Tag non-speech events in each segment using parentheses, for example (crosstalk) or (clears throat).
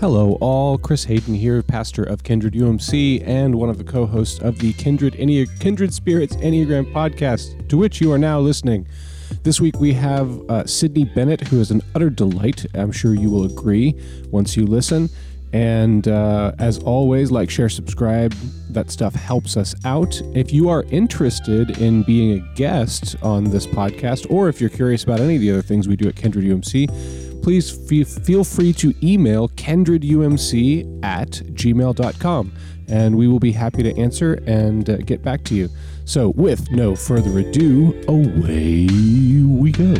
Hello, all. Chris Hayden here, pastor of Kindred UMC and one of the co hosts of the Kindred, Enne- Kindred Spirits Enneagram podcast, to which you are now listening. This week we have uh, Sydney Bennett, who is an utter delight. I'm sure you will agree once you listen. And uh, as always, like, share, subscribe. That stuff helps us out. If you are interested in being a guest on this podcast, or if you're curious about any of the other things we do at Kindred UMC, please fe- feel free to email kindredumc at gmail.com and we will be happy to answer and uh, get back to you. So, with no further ado, away we go.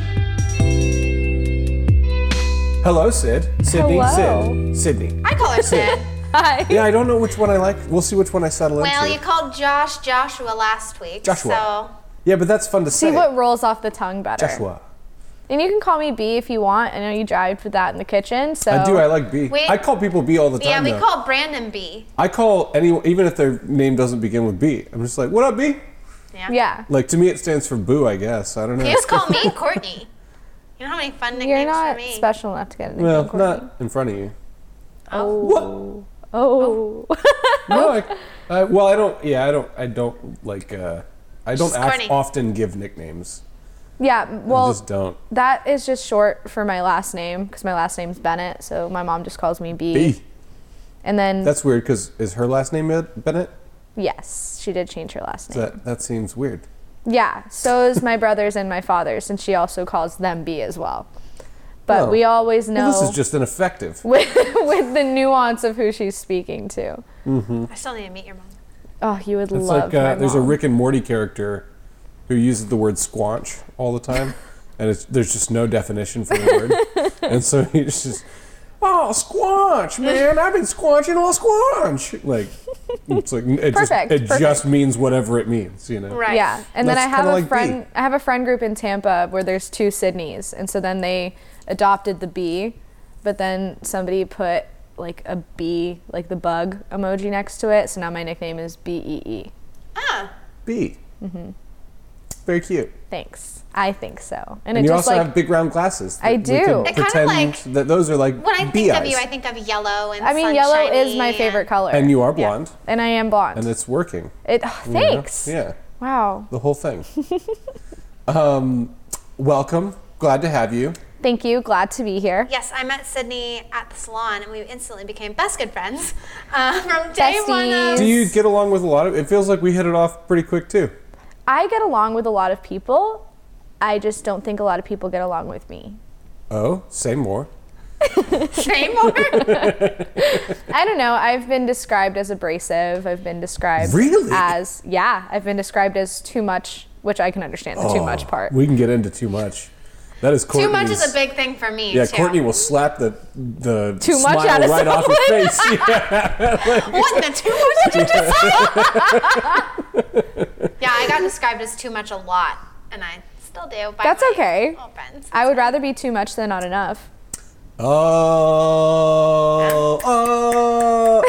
Hello, Sid. Sydney. Hello. Sid. Sydney. I call (laughs) her Sid. Hi. Yeah, I don't know which one I like. We'll see which one I settle well, into. you called Josh Joshua last week. Joshua. yeah, but that's fun to See say. what rolls off the tongue better. Joshua. And you can call me B if you want. I know you jived with that in the kitchen. So I do. I like B. I We- call people B all the So, yeah, time. we though. called Brandon B. I call anyone, even if their name doesn't begin with B. I'm just like, what up, B? Yeah. Yeah. Like to me, it stands for boo. I guess. I don't know. You just call me (laughs) Courtney. You know how many fun nicknames You're for not me? special enough to get a nickname. well, Courtney. not in front of you. Oh. What? Oh. No. I, I, well, I don't. Yeah, I don't. I don't like. Uh, I don't She's act, corny. often give nicknames. yeah. I Well, just don't. that is just short for my last name because my last name's Bennett. So my mom just calls me B. B. And then That's weird. Cause is her last name Ben- Bennett? yes, she did change her last name. That that seems weird. Yeah. So is my brother's and my father's, and she also calls them B as well. But Oh. we always know Well, this is just ineffective. (laughs) with, with the nuance of who she's speaking to. I still need to meet your mom. Oh, you It's would love like uh, my there's a mom. Rick and Morty character who uses the word squanch all the (laughs) time, and it's, there's just no definition for the word, and so he's just, oh (laughs) squanch, man, I've been squanching all squanch. Like it's like it just Perfect, it just perfect. means whatever it means, you know. Right. Yeah, and then I That's have kinda a like friend. B. I have a friend group in Tampa where there's two Sydneys, and so then they adopted the bee, but then somebody put like a bee, like the bug emoji next to it. So now my nickname is B E E. Ah. B. Very cute. Thanks. I think so. And And, it you just also like have big round glasses. that I we do. could It kinda pretend like- that those are like When I bee think of eyes. you, I think of yellow and I mean, yellow is my sunshiny favorite and- color, and you are blonde, And I am blonde. and it's working. it oh, you know? thanks. Yeah. Wow. the whole (laughs) thing. um, welcome. Glad to have you. Thank you. Glad to be here. Yes, I met Sydney at the salon, and we instantly became best good friends (laughs) uh, from day one. Of, Besties. Do you get along with a lot of? It feels like we hit it off pretty quick too. I get along with a lot of people. I just don't think a lot of people get along with me. Oh, say more. say more. I don't know. I've been described as abrasive. I've been described Really? as yeah. I've been described as too much, which I can understand the too much part. Oh. We can get into too much. That is Courtney's. Too much is a big thing for me. Yeah, too. Courtney will slap the the Too much smile out of right off her someone. face. (laughs) Yeah. What in the too much did you just say? yeah, I got described as too much a lot, and I still do. By That's my okay. old friends. (laughs) I would rather be too much than not enough. Oh, (laughs)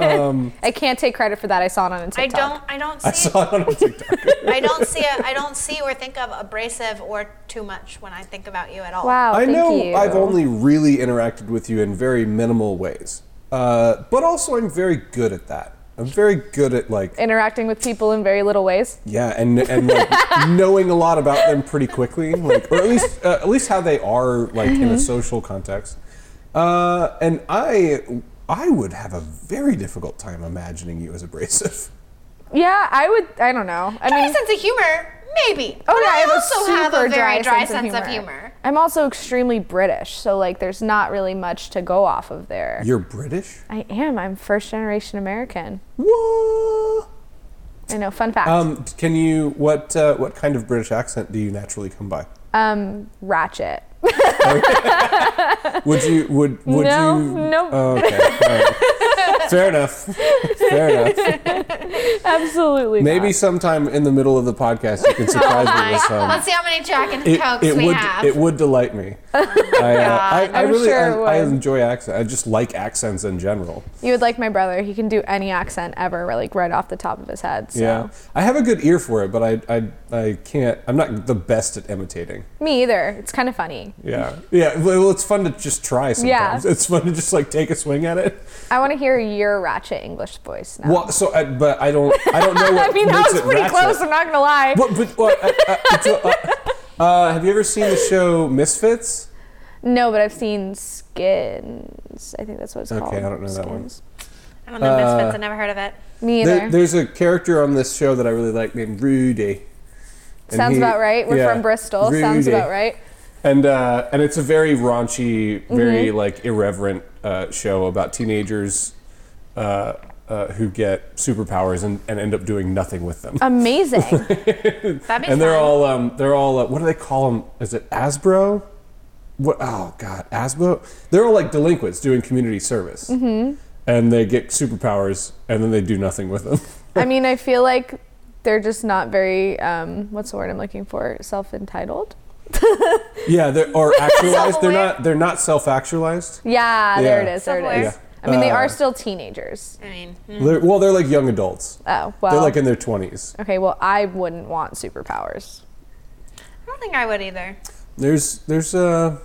oh. I can't take credit for that. I saw it on a I TikTok. don't. I don't see. I saw it on a TikTok. I don't see. A, I don't see or think of abrasive or too much when I think about you at all. Wow. I Oh, thank know you. I've only really interacted with you in very minimal ways, uh, but also I'm very good at that. I'm very good at like interacting with people in very little ways. yeah, and and (laughs) like knowing a lot about them pretty quickly, like or at least uh, at least how they are like in Mm-hmm. a social context. Uh, and I I would have a very difficult time imagining you as abrasive. Yeah, I would. I don't know. I Dry mean, sense of humor, maybe. Oh but yeah, I, have also a super have a very dry, sense, of, humor. I'm also extremely British, so like there's not really much to go off of there. You're British. I am. I'm first generation American. What? I know. Fun fact. Um, Um, can you what uh, what kind of British accent do you naturally come by? Um, ratchet. Would you would would No, you no. uh, Oh, okay. all right. Fair enough. Fair enough. Absolutely. Maybe not. sometime in the middle of the podcast you can surprise Oh, me with (laughs) some. Let's see how many Jack and It, Cokes it we would have. it would (laughs) delight me. I, uh, I, I I'm really sure it I, I would. enjoy accents. I just like accents in general. You would like my brother. He can do any accent ever, like right off the top of his head. So. Yeah, I have a good ear for it, but I I I can't. I'm not the best at imitating. Me either. It's kind of funny. (laughs) Yeah, yeah. Well, it's fun to just try sometimes. It's fun to just like take a swing at it. I want to hear your ratchet English voice now. Well, so I, but I don't I don't know (laughs) what I mean, that makes was it pretty ratchet. close. I'm not gonna lie. But, but well, I- I- it's, uh, uh, have you ever seen the show Misfits? No, but I've seen Skins. I think that's what it's Okay, called. I don't know that one. Skins. I don't know uh, Misfits. I never heard of it. Me either. There, there's a character on this show that I really like named Rudy. And Sounds he- about right. We're yeah, from Bristol. Sounds Rudy. about right. And uh, and it's a very raunchy, very Mm-hmm. like irreverent uh, show about teenagers uh, uh, who get superpowers and, and end up doing nothing with them. (laughs) Amazing. That'd be and they're fun. all um, they're all uh, what do they call them? Is it Asbro? What? Oh God, Asbro. They're all like delinquents doing community service, mm-hmm. and they get superpowers, and then they do nothing (laughs) with them. I mean, I feel like they're just not very. Um, what's the word I'm looking for? Self entitled. yeah, they're or actualized. they're Self-aware. not. They're not self-actualized. Yeah, there it Yeah. is. There it Self-aware. is. Yeah. I mean, they Uh, are still teenagers. I mean, Mm. They're, well, they're like young adults. Oh well. They're like in their twenties. okay, well, I wouldn't want superpowers. I don't think I would either. There's there's uh,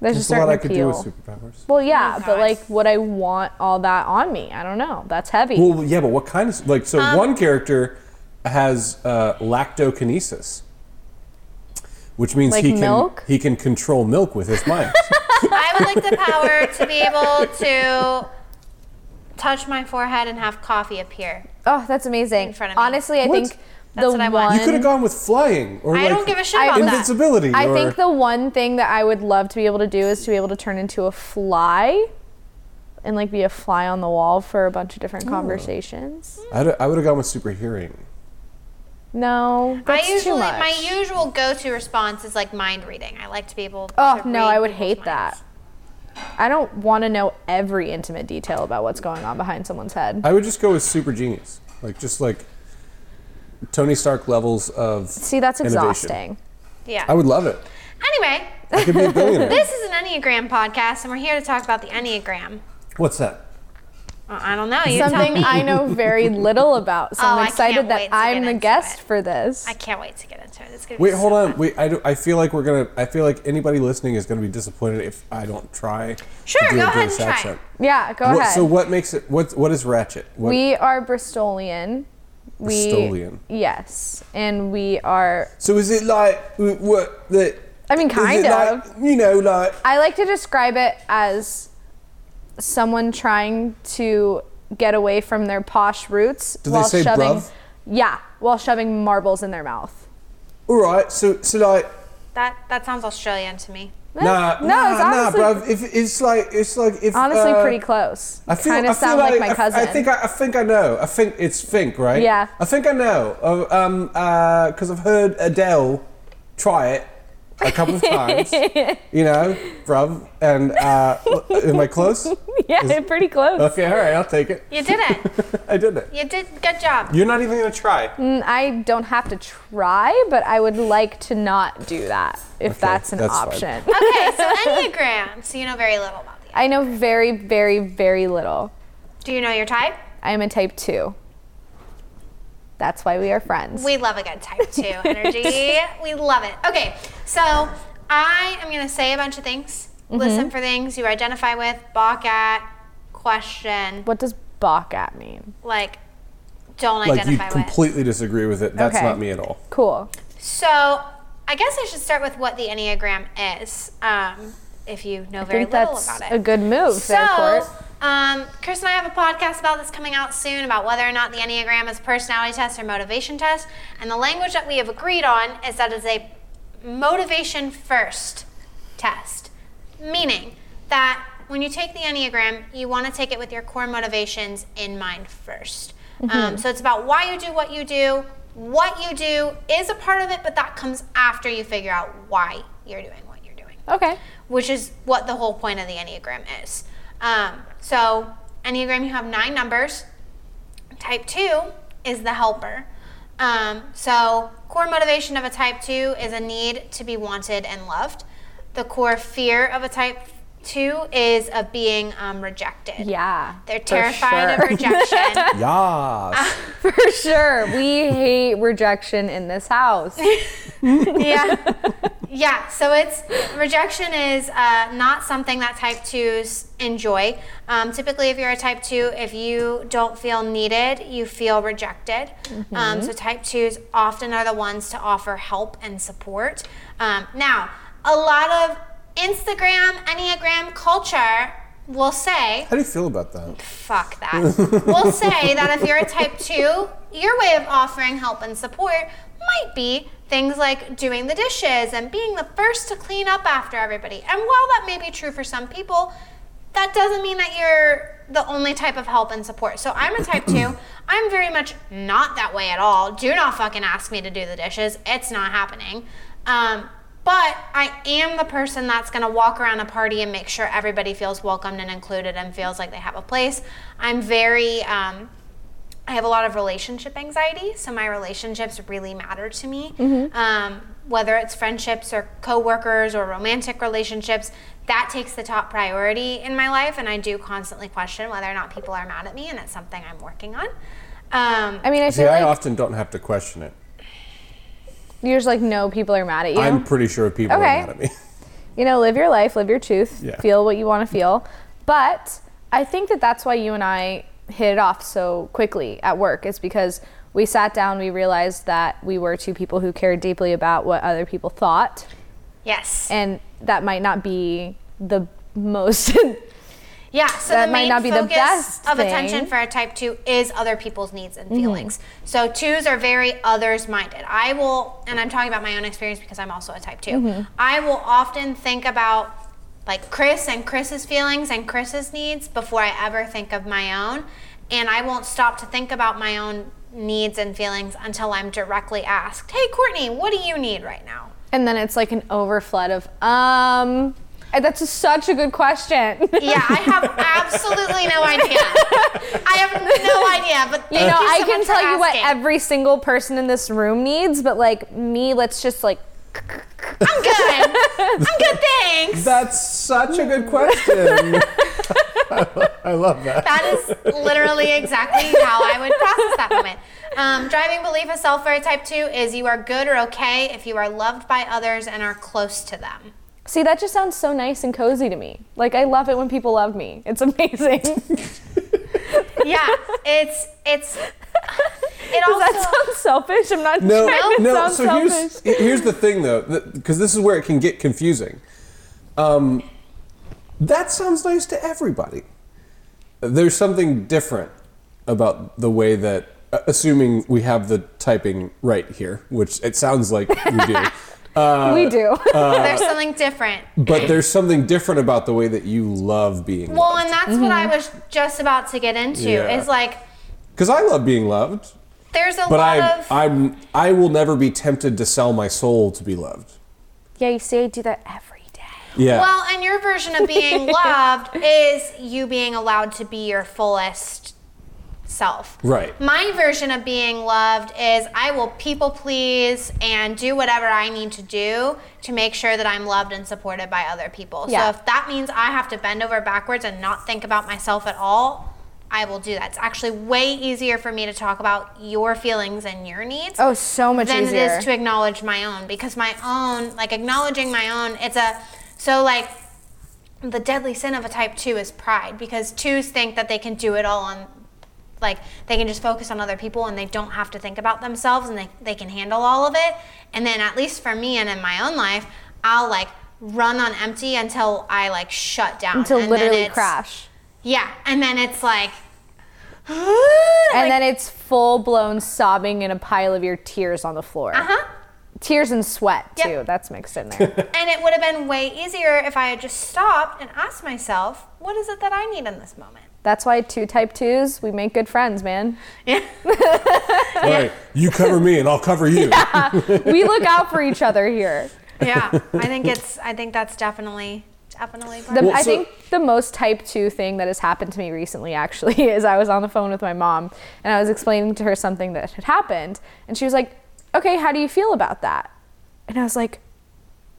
There's, there's a a certain lot I could do appeal. with superpowers. well, yeah, Oh, but gosh. like, would I want all that on me? I don't know. That's heavy. Well, yeah, but what kind of like? So Um, one character has uh, lactokinesis, which means Like he can milk? he can control milk with (laughs) his mind. I would like the power to be able to touch my forehead and have coffee appear. oh, that's amazing. front of me. Honestly, I What? think That's the what I one. want. you could have gone with flying or I like don't give a shit I- about that. invincibility. I or, think the one thing that I would love to be able to do is to be able to turn into a fly and like be a fly on the wall for a bunch of Oh. different conversations. I'd, I would have gone with super hearing. No, that's I usually too much. my usual go-to response is like mind reading. I like to be able. oh to no, read I would people's hate minds. that. I don't want to know every intimate detail about what's going on behind someone's head. I would just go with super genius, like just like Tony Stark levels of. See, that's innovation. exhausting. Yeah. I would love it. anyway, I could be (laughs) a billionaire. this is an Enneagram podcast, and we're here to talk about the Enneagram. What's that? Well, I don't know. You tell Something me. I know (laughs) very little about, so Oh, I I'm can't excited wait that to get I'm the into guest it. for this. I can't wait to get into it. It's gonna Wait, be hold so on. fun. Wait, I, do, I feel like we're gonna. I feel like anybody listening is gonna be disappointed if I don't try. Sure, to do go a ahead and British try. accent. yeah, go What- ahead. so what makes it? What what is ratchet? What, We are Bristolian. We, Bristolian. Yes, and we are. so is it like w- what the? I mean, is kind it like, you know, like I like to describe it as someone trying to get away from their posh roots they while say shoving. bruv? Yeah, while shoving marbles in their mouth. all right. So so like That that sounds Australian to me. nah no, nah it's nah, honestly- bruv. If it's like it's like if Honestly, uh, pretty close. I feel, kind I of feel sound like, I my f- cousin. I, think I, I think I know. I think it's Fink, right? Yeah. I think I know. Uh, um, because I've heard Adele try it a couple (laughs) of times. you know, bruv. And uh, am (laughs) I close? (laughs) yeah, pretty close. Okay, all right, I'll take it. You did it. (laughs) I did it. you did good job. You're not even gonna try. Mm, I don't have to try, but I would like to not do that if that's an that's fine. option. (laughs) Okay, so Enneagram. So you know very little about the. I know very, very, very little. Do you know your type? I am a type two. That's why we are friends. We love a good type two (laughs) energy. we love it. Okay, so I am gonna say a bunch of things. Listen for things you identify with, balk at, question, what does balk at mean? like don't Like you identify with. completely disagree with it. That's Okay. not me at all. Cool. So I guess I should start with what the Enneagram is. Um, if you know I very think little that's about it. a good move, So, Fairport. um, Chris and I have a podcast about this coming out soon about whether or not the Enneagram is a personality test or motivation test. And the language that we have agreed on is that it's a motivation first test, meaning that when you take the Enneagram, you want to take it with your core motivations in mind 1st Um, so, it's about why you do what you do. What you do is a part of it, but that comes after you figure out why you're doing what you're doing Okay. which is what the whole point of the Enneagram is. Um, so Enneagram, you have nine numbers. Type two is the helper. Um, so, core motivation of a type two is a need to be wanted and loved. The core fear of a type two is of being um, rejected. Yeah. They're for terrified sure. of rejection. Ah. Yas. (laughs) For sure. We hate rejection in this house. yeah. Yeah. So it's rejection is uh, not something that type twos enjoy. Um, typically, if you're a type two, if you don't feel needed, you feel rejected. Um, so type twos often are the ones to offer help and support. Um, now, a lot of Instagram Enneagram culture will say How do you feel about that? fuck that. we'll say that if you're a type two, your way of offering help and support might be things like doing the dishes and being the first to clean up after everybody. And while that may be true for some people, that doesn't mean that you're the only type of help and support. So I'm a type two. I'm very much not that way at all. Do not fucking ask me to do the dishes. It's not happening. Um, but I am the person that's going to walk around a party and make sure everybody feels welcomed and included and feels like they have a place. I'm very, um, I have a lot of relationship anxiety, so my relationships really matter to me. Um, whether it's friendships or coworkers or romantic relationships, that takes the top priority in my life, and I do constantly question whether or not people are mad at me, and it's something I'm working on. Um, I mean, I See, feel I like often don't have to question it. you're just like, no, people are mad at you. I'm pretty sure people Okay. are mad at me. you know, live your life, live your truth, Yeah. feel what you want to feel. But I think that that's why you and I hit it off so quickly at work is because we sat down, we realized that we were two people who cared deeply about what other people thought, yes. and that might not be the most (laughs) Yeah, so That the might main not be the focus best of thing. Mm-hmm. attention for a type two is other people's needs and feelings. So twos are very others minded. I will, and I'm talking about my own experience because I'm also a type 2 Mm-hmm. I will often think about like Chris and Chris's feelings and Chris's needs before I ever think of my own, and I won't stop to think about my own needs and feelings until I'm directly asked, "Hey, Courtney, what do you need right now?" and then it's like an overflood of um and that's just such a good question. (laughs) you Yeah, I have absolutely no idea. I have no idea, but thank you, know, so I much can for tell you what asking. every single person in this room needs, but like me, let's just like I'm good. I'm good, thanks. That's such a good question. (laughs) I love that. That is literally exactly how I would process that moment. Um, driving belief of self for a type two is you are good or okay if you are loved by others and are close to them. See, that just sounds so nice and cozy to me. Like, I love it when people love me. It's (laughs) amazing. Does Yeah, it's it's it also that sound selfish? I'm not (laughs) No, trying to no. sound So selfish. here's here's the thing though, because this is where it can get confusing. Um, that sounds nice to everybody. There's something different about the way that, uh, assuming we have the typing right here, which it sounds like we (laughs) do. Uh, we do. there's something different. But there's something different about the way that you love being Well, loved. and that's what Mm-hmm. I was just about to get into. Yeah. Is like Because I love being loved, there's a but lot I, of I'm I will never be tempted to sell my soul to be loved. (laughs) yeah, you see, I do that every day. Yeah. Well, and your version of (laughs) being loved is you being allowed to be your fullest self. Right. My version of being loved is I will people please and do whatever I need to do to make sure that I'm loved and supported by other people. Yeah. So if that means I have to bend over backwards and not think about myself at all, I will do that. It's actually way easier for me to talk about your feelings and your needs Oh, so much than easier. it is to acknowledge my own because my own like acknowledging my own it's a so like the deadly sin of a type 2 is pride because twos think that they can do it all on like they can just focus on other people and they don't have to think about themselves and they, they can handle all of it and then at least for me and in my own life i'll like run on empty until i like shut down Until and then literally it's- crash. yeah and then it's like (gasps) and then it's full blown sobbing in a pile of your tears on the floor. huh Tears and sweat, Yep. too. That's mixed in there. (laughs) And it would have been way easier if I had just stopped and asked myself, what is it that I need in this moment? That's why two type twos, we make good friends, man. All right, you cover me and I'll (laughs) cover you. We look out for each other here. (laughs) Yeah, I think it's I think that's definitely definitely. The, Barbie. I so- think the most type two thing that has happened to me recently, actually, (laughs) is I was on the phone with my mom and I was explaining to her something that had happened, and she was like, "Okay, how do you feel about that?" And I was like,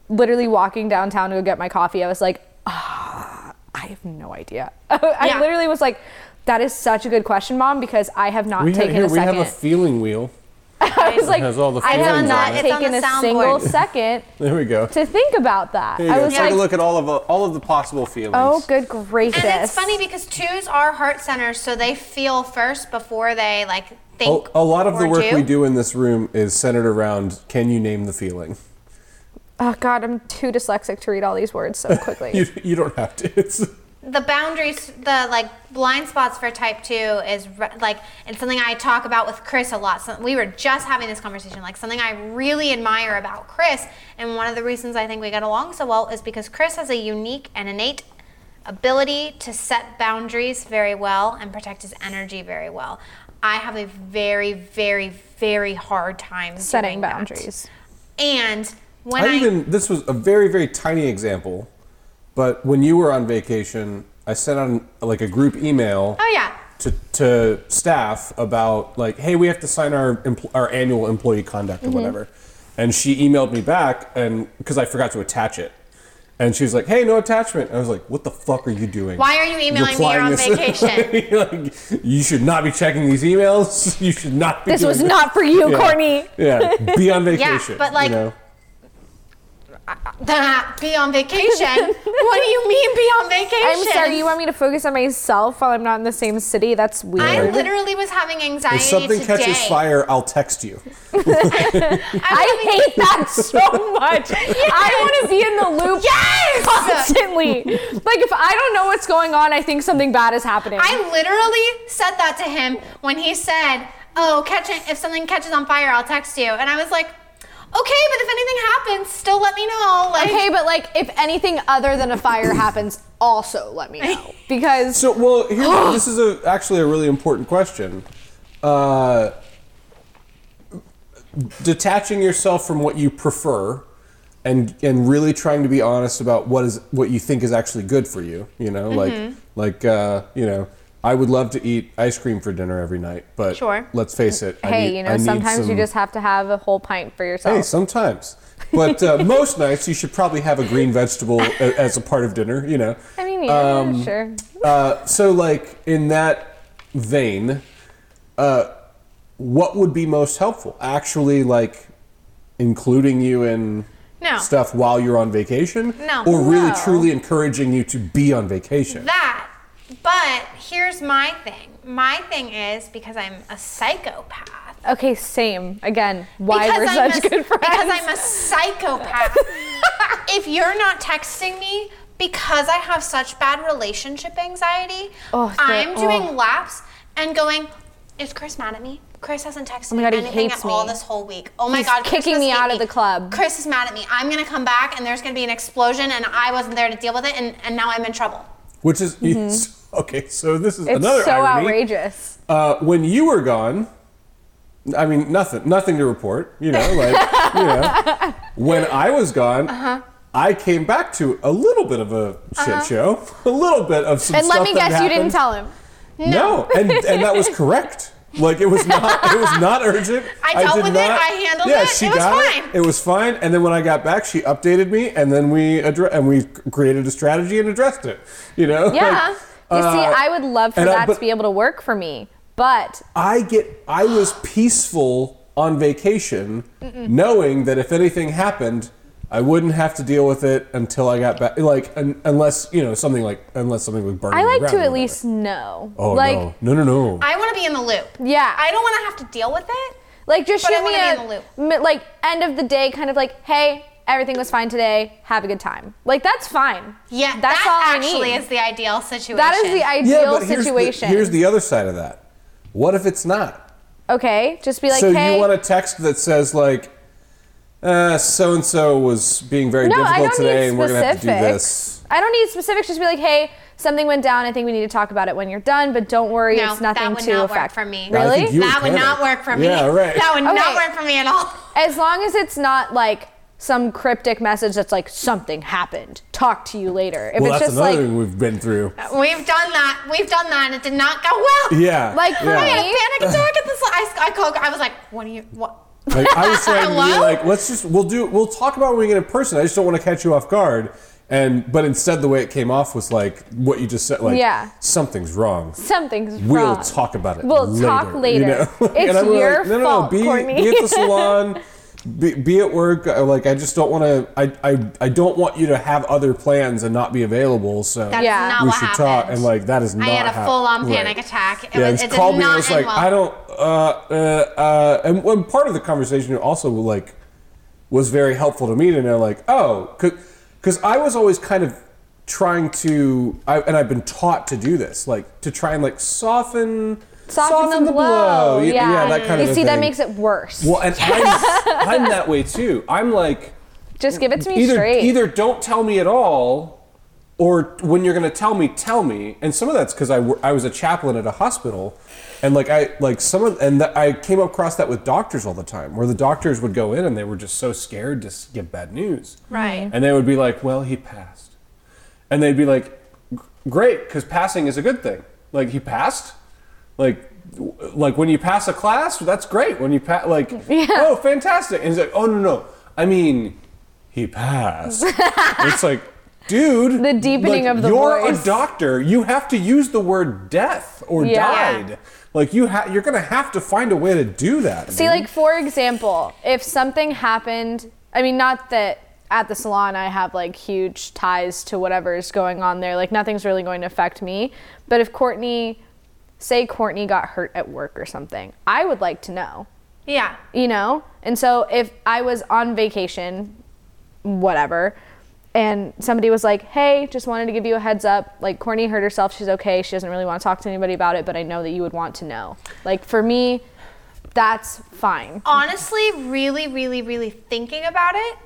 literally walking downtown to go get my coffee, I was like, "Ah, "I have no idea." (laughs) I Yeah. literally was like, "That is such a good question, mom, because I have not We have, taken here a we second. have a feeling wheel. I was like, has all the "I have feelings not on it. It's on taken the a soundboard. single second There we go. to think about that." There you I go. was Take like, a look at all of all of the possible feelings. "Oh, good gracious!" And it's funny because twos are heart centers, so they feel first before they like A, think. a lot of the or work we do in this room is centered around can you name the feeling? (laughs) Oh God, I'm too dyslexic to read all these words (laughs) so quickly. You, you don't have to. It's, the boundaries the like blind spots for type 2 is re- like it's something i talk about with chris a lot so we were just having this conversation like something i really admire about chris and one of the reasons i think we get along so well is because chris has a unique and innate ability to set boundaries very well and protect his energy very well i have a very very very hard time Setting doing that. (laughs) boundaries. and when I i, even this was a very very tiny example, but when you were on vacation, I sent on like a group email. oh yeah (laughs) to, to staff about like, hey, we have to sign our empl- our annual employee conduct Mm-hmm. or whatever. And she emailed me back, and because I forgot to attach it, and she was like, hey, no attachment. I was like, what the fuck are you doing? Why are you emailing me? You're on Replying this- (laughs) like, you should not be checking these emails. (laughs) You should not. be This doing was not for you, Yeah. Courtney. Yeah, be (laughs) on vacation. but, like, you know? be on (laughs) vacation what do you mean be on vacation I'm sorry. You want me to focus on myself while I'm not in the same city? That's I weird. literally was having anxiety if something today. catches fire, I'll text you. I hate (laughs) that so much. I want to be in the loop constantly. like if I don't know what's going on, I think something bad is happening. I literally said that to him when he said, "Oh, catching if something catches on fire, I'll text you." And I was like, "Okay, but if anything happens, still let me know." Like, okay, but like if anything other than a fire happens, also let me know (laughs) because So, well, here, this is a, actually a really important question. Uh, detaching yourself from what you prefer, and and really trying to be honest about what is what you think is actually good for you. You know, Mm-hmm. like like uh, you know, I would love to eat ice cream for dinner every night, but Sure. let's face it. I hey, need- you I know need sometimes you some- just have to have a whole pint for yourself. Hey, sometimes. (laughs) But uh, most nights, you should probably have a green vegetable a- as a part of dinner. You know. I mean, yeah, Um, sure. Uh, so, like in that vein, uh, what would be most helpful? Actually, like including you in No. stuff while you're on vacation, No. or really No. truly encouraging you to be on vacation. that. But here's my thing. My thing is because I'm a psychopath. Okay, same. Again, why we're I'm such a, good friends. Because I'm (laughs) a psychopath. if you're not texting me because I have such bad relationship anxiety, Oh, the- I'm doing oh. laps and going, is Chris mad at me? Chris hasn't texted Oh my God, me he anything hates at all me. this whole week. Oh my He's God, Chris kicking must me hate out of the club. Chris is mad at me. I'm gonna come back and there's gonna be an explosion and I wasn't there to deal with it and, and now I'm in trouble. Which is it's- (laughs) okay. So this is it's another so irony. outrageous. Uh, when you were gone, I mean nothing, nothing to report. (laughs) You know, like you know, when I was gone. Uh-huh. I came back to a little bit of a shit show, (laughs) a little bit of some And let stuff me that guess, you didn't happened. tell him. No, and and that was correct. Like it (laughs) was not it was not urgent. I dealt did with it, not- I handled yeah, it, She it was got fine. It. it was fine. And then when I got back, she updated me, and then we addre- and we created a strategy and addressed it. You know. Yeah. Like, you see, uh, I would love for and I- that but- to be able to work for me, but I get I was peaceful on vacation, knowing that if anything happened. I wouldn't have to deal with it until I got back, like un- unless you know something like unless something was burning. I the like ground or to at whatever. least know. Oh like, no, no, no, no! I wanna be in the loop. Yeah. I don't wanna have to deal with it. like just But I shoot me wanna be a in the loop. mi- like end of the day kind of like, hey, everything was fine today. Have a good time. Like that's fine. Yeah, that's that all I actually need. is the ideal situation. that is the ideal situation. Here's the, here's the other side of that. What if it's not? okay, just be like, so hey, you want a text that says like, uh, "So and so was being very No, I difficult don't today, need and we're gonna have specifics. to do this." I don't need specifics. Just be like, hey, something went down. I think we need to talk about it when you're done. But don't worry, No, it's nothing that would to not work affect for me. I Really? Oh, think you that would panic. not work for me. Yeah, right. That would not Okay. work for me at all. as long as it's not like some cryptic message that's like something happened. Talk to you later. If Well, it's that's just another like thing we've been through. We've done that. We've done that, and it did not go well. Yeah. Like, for yeah. I had (laughs) me- a panic attack at this. I, I called. I was like, "What do you? What? Like (laughs) I was trying to be Hello? like, let's just we'll do we'll talk about it when we get in person. I just don't want to catch you off guard. And but instead, the way it came off was like what you just said. Like Yeah. something's wrong. something's We'll wrong. talk about it. We'll later, talk later. You know? (laughs) It's I'm really your like, no, no, fault, no, be, Courtney. be at (laughs) the salon. Be, be at work. I- Like I just don't want to. I, I I don't want you to have other plans and not be available. So That's Yeah. not we what should happened." talk. And like that is not. I had a hap- full-on right. panic attack. It yeah, was, just it called did me. and not I was like, end well. I don't. Uh, uh, uh, and when part of the conversation also like was very helpful to me to know, like, oh, because I was always kind of trying to, I, and I've been taught to do this, like to try and like soften, Soften, the, blow. Y- Yeah. that kind you of a see, that thing. makes it worse. Well, (laughs) and I'm, I'm that way too. I'm like Just give it to me either straight. either don't tell me at all or when you're going to tell me tell me and some of that's because I, wor- I was a chaplain at a hospital and like i like some of and that i came across that with doctors all the time where the doctors would go in and they were just so scared to s- give bad news Right. and they would be like well he passed and they'd be like "G- great because passing is a good thing like he passed like w- like when you pass a class that's great when you (laughs) pass like oh fantastic and he's like oh no no i mean (laughs) he passed it's like dude The deepening like, of the you're voice. a doctor you have to use the word death or Yeah. died like you ha- you're gonna have to find a way to do that See, man. like for example, if something happened, I mean, not that at the salon I have like huge ties to whatever's going on there. Like nothing's really going to affect me. But if Courtney, say Courtney got hurt at work or something, I would like to know, Yeah. you know. And so if I was on vacation, whatever. And somebody was like, "Hey, just wanted to give you a heads up. Like Courtney hurt herself. She's okay. She doesn't really want to talk to anybody about it, but I know that you would want to know." Like for me, that's fine. Honestly, really, really, really thinking about it,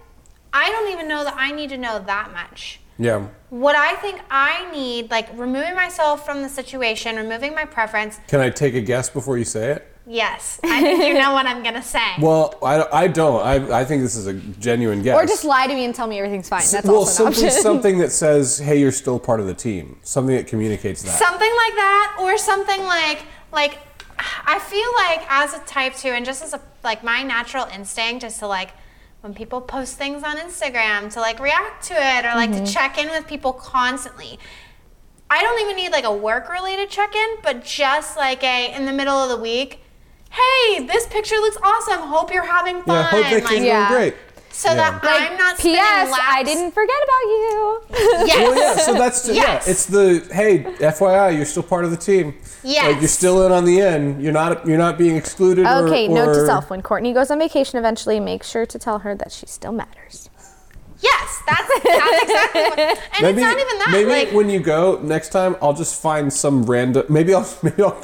I don't even know that I need to know that much. yeah What I think I need, like removing myself from the situation, removing my preference. can i take a guess before you say it Yes, I think you know what I'm gonna (laughs) say. well i, I don't I, I think this is a genuine guess Or just lie to me and tell me everything's fine. That's well, also an (laughs) simply option. something that says, "Hey, you're still part of the team." Something that communicates that. something like that or something like like i feel like as a type 2 and just as a like my natural instinct is to like when people post things on instagram to like react to it or Mm-hmm. like to check in with people constantly i don't even need like a work related check in but just like a in the middle of the week hey this picture looks awesome hope you're having yeah, fun hope that like, kid's Yeah. doing great. so that i'm not spinning P.S. I laps- didn't (laughs) forget about you. yes Well, yeah. So that's Yes. yeah. It's the hey, FYI, you're still part of the team. Yes. Like you're still in on the end. You're not. You're not being excluded. or- okay, or, note to self: when Courtney goes on vacation, eventually make sure to tell her that she still matters. yes that's, that's exactly what and Maybe, it's not even that maybe like when you go next time, I'll just find some random. Maybe I'll (laughs) maybe I'll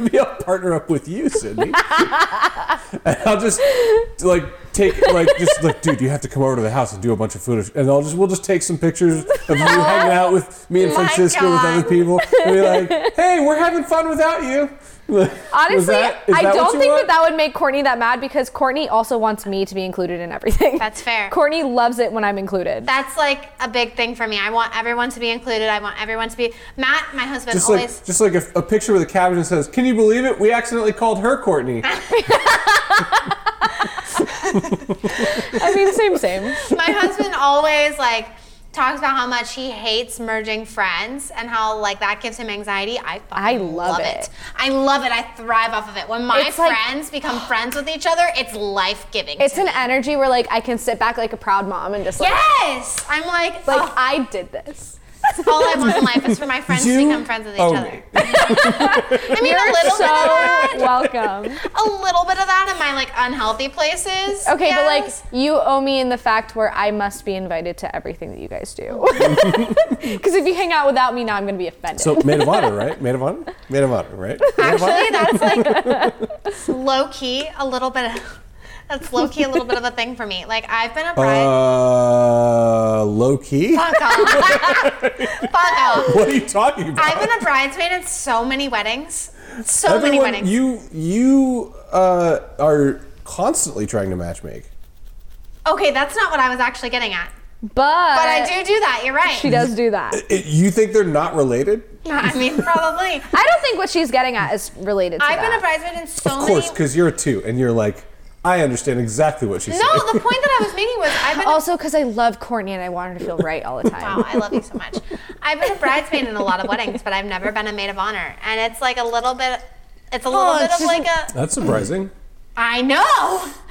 maybe I'll partner up with you, (laughs) Sydney. and I'll just like take like just like, dude, you have to come over to the house and do a bunch of footage, and I'll just we'll just take some pictures (laughs) of you hanging out with me and Oh, My Francisco with God. other people, and be (laughs) like, hey, we're having fun without you. (laughs) Was Honestly, that- is I that what don't you think that want? that would make Courtney that mad because Courtney also wants me to be included in everything. That's (laughs) fair. Courtney loves it when I'm included. That's like a big thing for me. I want everyone to be included. I want everyone to be. Matt, my husband, Just always. like, just like a, a picture with a caption that says, "Can you believe it? We accidentally called (laughs) her Courtney." I mean, same, (laughs) same. my husband always like talks about how much he hates merging friends and how like that gives him anxiety. I fucking I love it. I love it. I thrive off of it. When my It's like- friends become friends with each other, it's life giving. It's an energy where like I can sit back like a proud mom and just like, yes. I'm like like oh, I did this. all I want in life is for (laughs) my friends to You Oh. become friends with each own other. it. I mean, a little So bit of that. (laughs) welcome. A little bit of that in my like unhealthy places. Okay, (laughs) yes. but like you owe me in the fact where I must be invited to everything that you guys (laughs) do. (laughs) Because if you hang out without me now, I'm gonna be offended. So maid of honor, right? Maid of honor, maid of honor, right? Maid of honor? Actually, that's like (laughs) low key a little bit. Of, that's low key a little bit of a thing for me. Like I've been a bride. Uh, low (laughs) key. Fuck off. Fuck off. What are you talking about? I've been a bridesmaid at so many weddings. So many Everyone, weddings. you you uh, are constantly trying to matchmake. Okay, that's not what I was actually getting at. But, But I do do that. You're right. She does do (laughs) that. It- you think they're not related? (laughs) I mean, probably. I don't think what she's getting at is related to I've been that. a bridesmaid in so Of course, many. because you're a two, and you're like, I understand exactly what she's No, saying. the point that I was making was (laughs) I've been. also, because I love Courtney and I want her to feel right all (laughs) the time. Wow, I love you so much. I've been a bridesmaid in a lot of weddings, but I've never been a maid of honor, and it's like a little bit. It's a little Oh, bit it's just- of like a. (laughs) That's surprising. I know.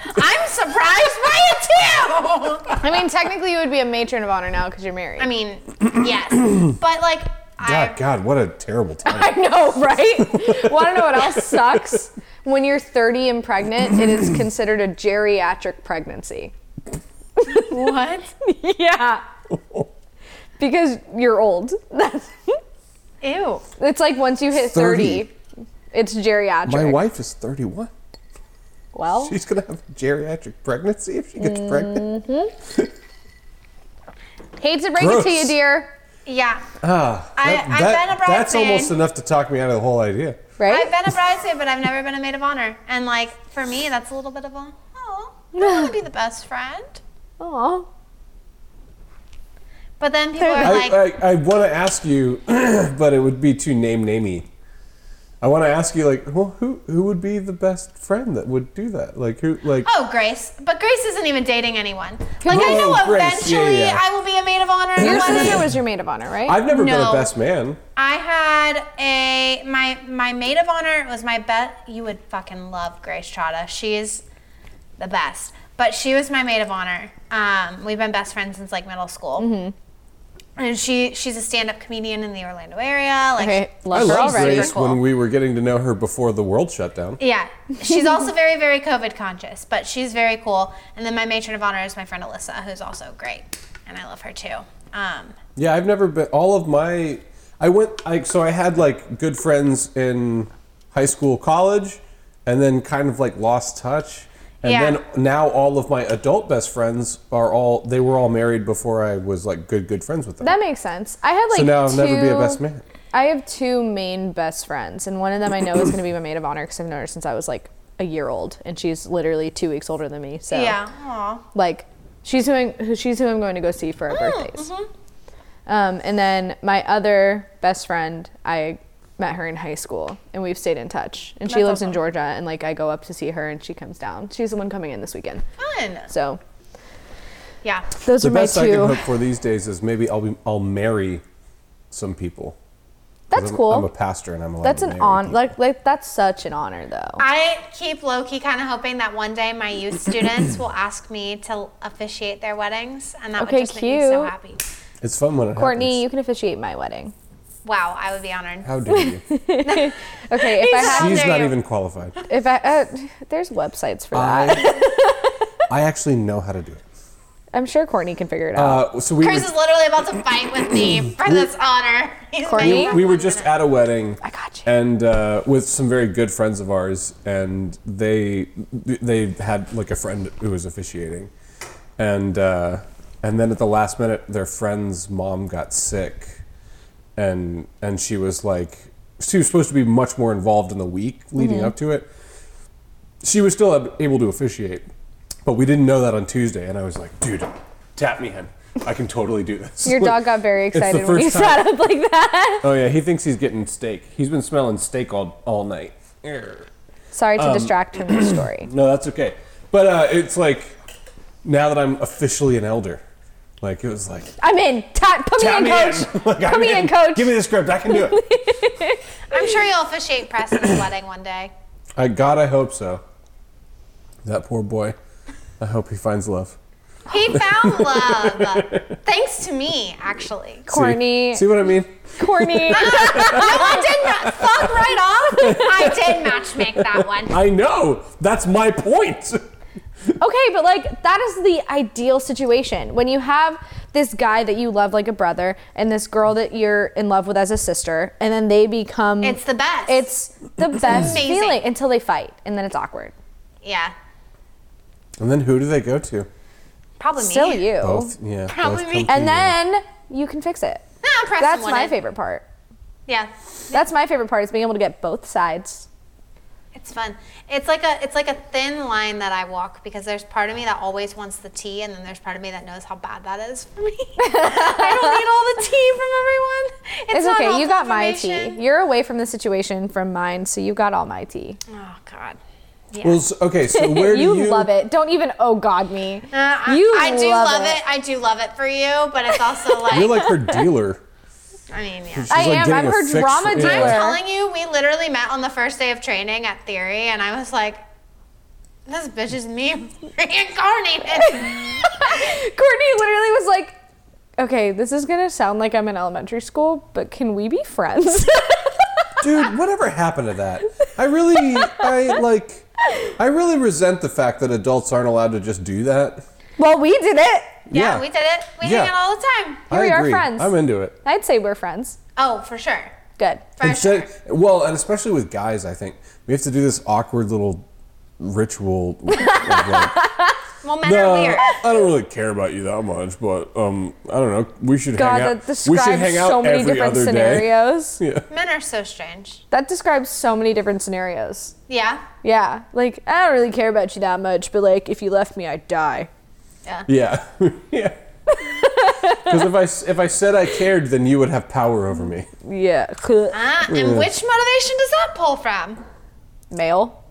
I'm surprised by it too. I mean, technically, you would be a matron of honor now because you're married. I mean, yes, but like God, I. God, what a terrible time. (laughs) I know, (laughs) right? Want to know what else sucks? When you're 30 and pregnant, it (laughs) is considered a geriatric pregnancy. What? Yeah. Uh, Because you're old. (laughs) That's- Ew. it's like once you hit 30, 30. it's geriatric. My wife is Oh. 31. Well, She's gonna have a geriatric pregnancy if she gets pregnant. Mm-hmm. hate to break it to you, Gross. dear. Yeah. Ah, I- I've been a That's bridesmaid. almost enough to talk me out of the whole idea. Right? I've been a bridesmaid, but I've never been a maid of honor. And like for me, that's a little bit of a oh, I want to be the best friend. Aw. But then people are like, I, I, I want to ask you, (clears throat) but it would be too name namey. I want to ask you, like, well, who who would be the best friend that would do that? Like, who, like, oh, Grace. But Grace isn't even dating anyone. Like I know Oh, Grace, yeah, eventually yeah. I will be a maid of honor. Your (laughs) and one day- sister was your maid of honor, right? I've never been no. a best man. I had a my my maid of honor was my bet. You would fucking love Grace Chata. She is the best. But she was my maid of honor. Um, we've been best friends since like middle school. Mm-hmm. And she she's a stand up comedian in the Orlando area. Like okay, I love her loved already. Grace when we were getting to know her before the world shut down. Yeah. She's also very, very COVID conscious, but she's very cool. And then my matron of honor is my friend Alyssa, who's also great. And I love her too. Um, Yeah, I've never been. All of my, I went like so. I had like good friends in high school, college, and then kind of like lost touch. And Yeah. then now all of my adult best friends are all they were all married before I was like good good friends with them. That makes sense. I had like so now I'll two, never be a best man. I have two main best friends, and one of them I know is going to be my maid of honor because I've known her since I was like a year old, and she's literally two weeks older than me. So yeah. Aw. like she's who I'm, who- she's who I'm going to go see Oh, for our birthdays. mm-hmm. Um, and then my other best friend, I met her in high school, and we've stayed in touch. And she That's lives in awesome. Georgia, and like I go up to see her, and she comes down. She's the one coming in this weekend. Fun. So Yeah. those The are my best I can two. hope for these days is maybe I'll be I'll marry some people. 'Cause That's I'm- cool. I'm a pastor and I'm allowed that's to an marry honor. people. Like like that's such an honor though. I keep low key kind of hoping that one day my youth students will ask me to officiate their weddings, and that Okay, would just make me so cute. happy. it's fun when it Courtney, you happens. can officiate my wedding. Wow, I would be honored. How dare (laughs) you? Okay, if I had, She's dare not you. (laughs) even qualified. if I, uh, there's websites for that. I I actually know how to do it. I'm sure Courtney can figure it out. Uh, so we were Chris is literally about to fight with me for this honor. He's Courtney? like, we were just at a wedding. I got you. And uh, with some very good friends of ours, and they they had like a friend who was officiating, and uh, and then at the last minute, their friend's mom got sick, and and she was like, she was supposed to be much more involved in the week Mm-hmm. leading up to it. She was still ab- able to officiate, but we didn't know that on Tuesday, and I was like, dude, tap me in. I can totally do this. (laughs) Your dog got very It's the excited when first you time- sat up like that. (laughs) Oh yeah, he thinks he's getting steak. He's been smelling steak all all night. Err. Sorry Um, to distract from (clears throat) your story. No, that's okay. But uh, it's like now that I'm officially an elder, like it was like I'm in. Ta- put me tap in, me coach. in. (laughs) Like, put I'm me in, coach. Give me the script. I can do (laughs) it. I'm sure you'll officiate Preston's wedding one day. I God, I hope so. That poor boy. I hope he finds love. He found love thanks to me, actually. See- Courtney, See, what I mean? (laughs) Courtney. (laughs) I did not fuck right off. I did matchmake that one. I know. That's my point. okay, but like that is the ideal situation when you have this guy that you love like a brother and this girl that you're in love with as a sister, and then they become. It's the best. It's (clears throat) the best Amazing. feeling until they fight, and then it's awkward. yeah, And then who do they go to? probably me. Still you. Both. Yeah. Probably both me. come to Oh. And you. then you can fix it. No, Preston That's my wouldn't. favorite part. Yeah, That's my favorite part is being able to get both sides. It's fun. It's like a it's like a thin line that I walk because there's part of me that always wants the tea, and then there's part of me that knows how bad that is for me. (laughs) I don't need all the tea from It's, everyone. not okay. all You got my tea. confirmation. You're away from the situation from mine, so you got all my tea. Oh God. Yeah. Well, s- (laughs) okay, so where do you, you, love it. Don't even oh god me. Uh, I, you I do love it. I do love it for you, but it's also like, You're like her dealer. I mean, yeah. I She's like am. getting I'm a her fix for- drama yeah. dealer. I'm telling you, we literally met on the first day of training at Theory, and I was like, this bitch is me (laughs) (laughs) reincarnated. (laughs) Courtney literally was like, "Okay, this is gonna sound like I'm in elementary school, but can we be friends?" (laughs) Dude, whatever happened to that? I really, I like, I really resent the fact that adults aren't allowed to just do that. well, we did it. yeah, we did it. We Yeah. hang out all the time. I we are agree. friends. I'm into it. I'd say we're friends. Oh, for sure. Good. For sure. Instead, well, and especially with guys, I think we have to do this awkward little ritual. of like, (laughs) Well, men "No, are weird. I don't really care about you that much, but um, I don't know. We should God, hang that out. We describes should hang out so many every different other day. scenarios. Men are so strange. That describes so many different scenarios. Yeah. Yeah, like I don't really care about you that much, but like if you left me, I'd die. (laughs) Yeah, (laughs) yeah. Because if I s- if I said I cared, then you would have power over me. Yeah, (laughs) Uh, and which motivation does that pull from? male.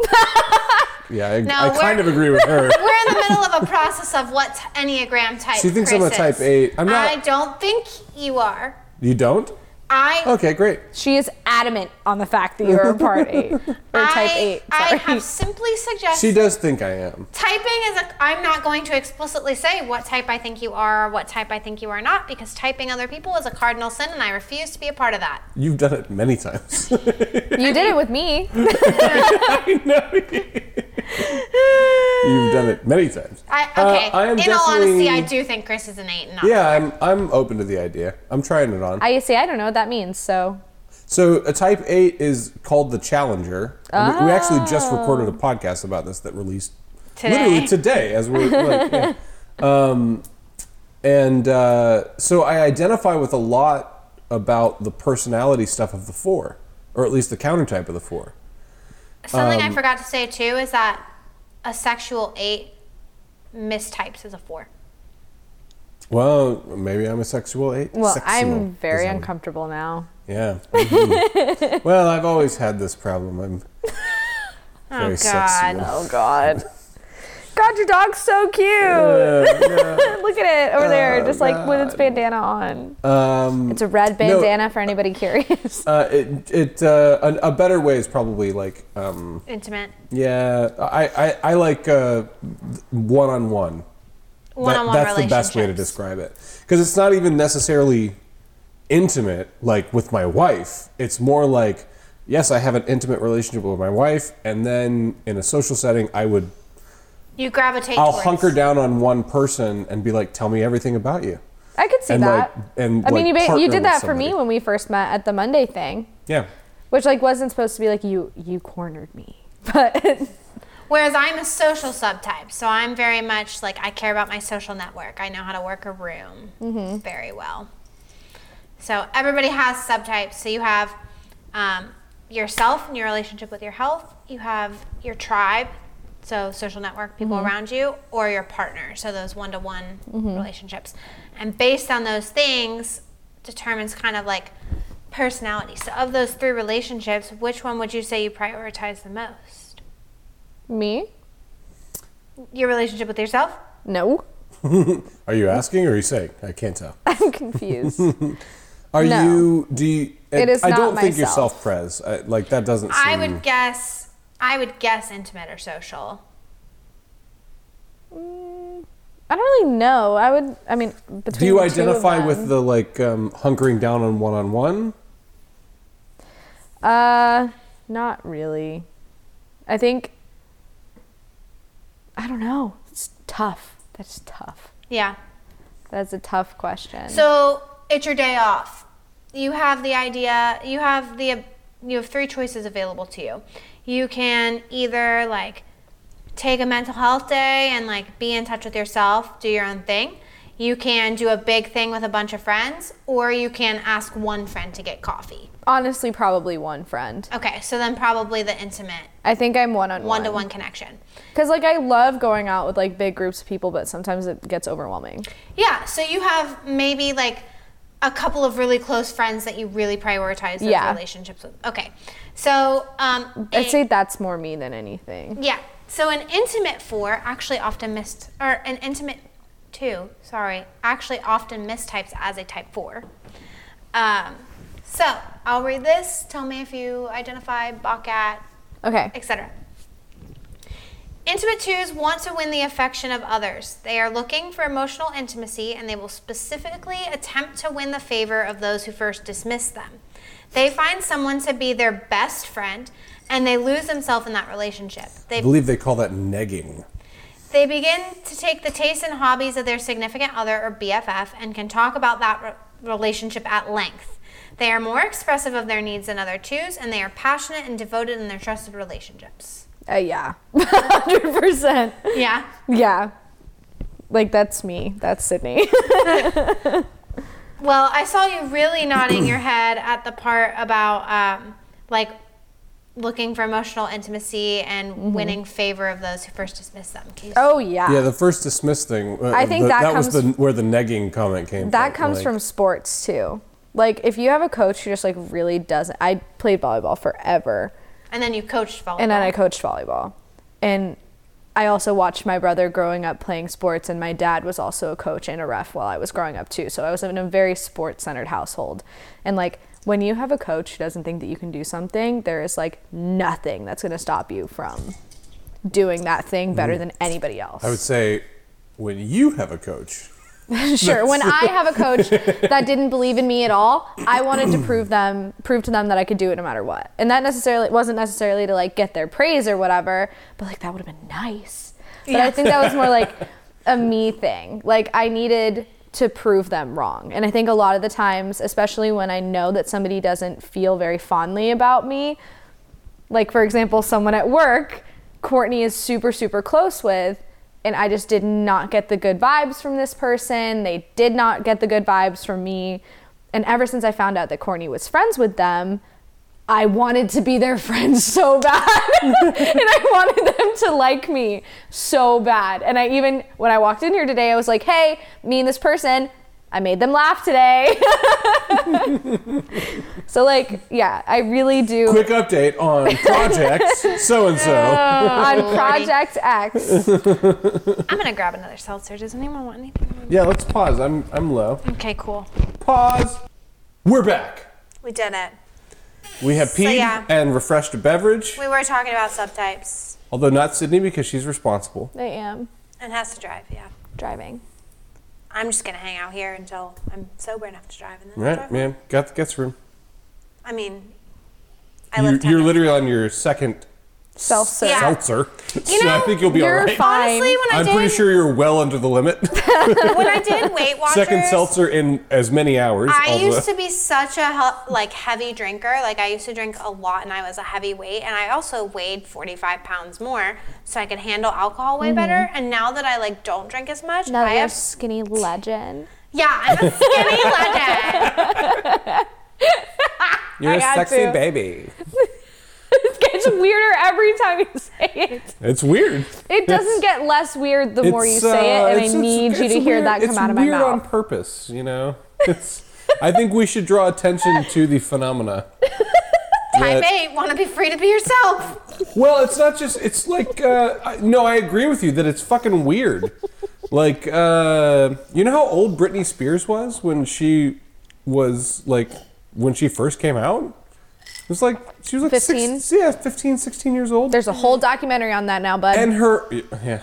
Yeah, I, No, I kind of we're- agree with her. We're (laughs) in the middle of a process of what Enneagram type. She thinks I'm a Chris type is. eight. I'm not- I don't think you are. You don't? I Okay, great. She is adamant on type that you're a part (laughs) eight or type I, eight. I Sorry. have simply She suggested does think I am. typing is a. I'm not going to explicitly say what type I think you are or what type I think you are not because typing other people is a cardinal sin and I refuse to be a part of that. You've done it many (laughs) times. (laughs) you did it with me. I know. You've done it many times. I, Uh, okay. I am In all honesty, I definitely- do think Chris is an eight and not. Yeah, I'm I'm open to the idea. I'm trying it on. I say I don't know what that means, so so a type eight is called the Challenger. We, we actually just Oh. recorded a podcast about this that released Today. literally today as we're like, (laughs) yeah. um, and uh, so I identify with a lot about the personality stuff of the four, or at least the countertype of the four. Something um, I forgot to say too is that a sexual eight mistypes as a four. Well, maybe I'm a sexual eight. well, Sexual I'm very is how we- uncomfortable now. Yeah. Mhm. (laughs) well, I've always had this problem. I'm very God. sexual. (laughs) Oh God. God, your dog's so cute. (laughs) Uh, Look at it over there, just like with its bandana on. Oh, Um, It's a red no, bandana for anybody curious. uh, it it uh, a, a better way is probably like um, Intimate. yeah. I I, I like one on one. One on one That's the best way to describe it because it's not even necessarily intimate like with my wife. It's more like yes, I have an intimate relationship with my wife, and then in a social setting, I would You gravitate I'll towards. hunker down on one person and be like, tell me everything about you. I could see And, like- that. and, I mean, like, you, ba- partner you did with that for me somebody. when we first met at the Monday thing, Yeah. which like wasn't supposed to be like you you cornered me, (laughs) but Whereas I'm a social subtype, so I'm very much like I care about my social network. I know how to work a room very well. So everybody has subtypes. So you have um, yourself and your relationship with your health. You have your tribe, so social network, people around you, or your partner. So those one-to-one relationships, and based on those things, determines kind of like personality. So of those three relationships, which one would you say you prioritize the most? me your relationship with yourself? no. (laughs) Are you asking or are you saying? I can't tell. I'm (laughs) confused. Are No. you, do you, It is I not don't think you're myself. self pres. Like, that doesn't seem. I would guess I would guess intimate or social. I don't really know. I would. I mean, between do you the two of identify with them- the, like, um, hunkering down on one on one? Uh, not really. I think. I don't know. It's tough. That's tough. Yeah. That's a tough question. So it's your day off. You have the idea. You have the you have three choices available to you. You can either like take a mental health day and like be in touch with yourself, do your own thing. You can do a big thing with a bunch of friends, or you can ask one friend to get coffee. Honestly, probably one friend. Okay, so then probably the intimate I think I'm one on one to one connection. Because like I love going out with like big groups of people, but sometimes it gets overwhelming. Yeah, so you have maybe like a couple of really close friends that you really prioritize those Yeah. relationships with. Okay, so um, I'd a- say that's more me than anything. Yeah. So an intimate four actually often missed, or an intimate two, sorry, actually often mistypes as a type four. Um, so I'll read this. Tell me if you identify, balk at, Okay. etc. Intimate twos want to win the affection of others. They are looking for emotional intimacy and they will specifically attempt to win the favor of those who first dismiss them. They find someone to be their best friend and they lose themselves in that relationship. I They believe they call that negging. they begin to take the tastes and hobbies of their significant other or BFF and can talk about that re- relationship at length. They are more expressive of their needs than other twos, and they are passionate and devoted in their trusted relationships. Uh, yeah. (laughs) 100%. Yeah. Yeah. Like that's me. That's Sydney. (laughs) Well, I saw you really nodding your head at the part about um, like looking for emotional intimacy and winning favor of those who first dismiss them. Can you- Mm-hmm. oh yeah. Yeah, the first dismiss thing. uh, I think the- that was the, comes- where the negging comment came. that from. comes like, from sports too. Like if you have a coach who just like really doesn't I played volleyball forever. And then you coached volleyball. and then I coached volleyball. And I also watched my brother growing up playing sports, and my dad was also a coach and a ref while I was growing up too. So I was in a very sports centered household. And like when you have a coach who doesn't think that you can do something, there is like nothing that's going to stop you from doing that thing better than anybody else. I would say when you have a coach. sure. When I have a coach that didn't believe in me at all, I wanted to prove them, prove to them that I could do it no matter what. And that necessarily wasn't necessarily to like get their praise or whatever, but like that would have been nice. But I think that was more like a me thing. Like I needed to prove them wrong. And I think a lot of the times, especially when I know that somebody doesn't feel very fondly about me, like for example someone at work courtney is super super close with and i just did not get the good vibes from this person they did not get the good vibes from me and ever since i found out that courtney was friends with them i wanted to be their (laughs) friend so bad (laughs) and i wanted them to like me so bad and i even when i walked in here today i was like hey me and this person i made them laugh today (laughs) so like yeah i really do Quick update (laughs) on project so and so. (laughs) on Project X. I'm going to grab another seltzer. Does anyone want anything? Yeah, let's pause. I'm I'm low. Okay, cool. Pause. We're back. We did it. We have peed yeah. and refreshed a beverage, We were talking about subtypes although not Sydney because she's responsible. I am and has to drive, yeah. driving. I'm just gonna hang out here until I'm sober enough to drive, and then Right, drive. man. Got the gets room. I mean, I You're, live. you're literally on your second Self serve. Yeah. seltzer, (laughs) so I know, think you'll be all you're right. fine. Honestly, when I I'm did pretty sure you're well under the limit. (laughs) (laughs) when I did Weight Watchers, Second seltzer in as many hours. I although- used to be such a he- like heavy drinker. Like I used to drink a lot, and I was a heavyweight, and I also weighed 45 pounds more, so I could handle alcohol way better. Mm-hmm. And now that I like don't drink as much, I Another have skinny (laughs) legend. yeah, I'm a (laughs) skinny legend. (laughs) You're a got sexy to. baby. It gets weirder every time you say it. It's weird. It doesn't get less weird the more you It's, say uh, it, and it's- I it's- need you it's to hear weird- that come it's out of my weird on mouth. purpose, you know. (laughs) It's. I think we should draw attention to the phenomena. Type That- eight, want to be free to be yourself. Well, it's not just. It's like uh, I, no, I agree with you that it's (laughs) fucking weird. like uh, you know how old Britney Spears was when she was like when she first came out. It was like she was like 15? Six, yeah, 15, 16 years old. There's a whole documentary on that now, bud. and her yeah,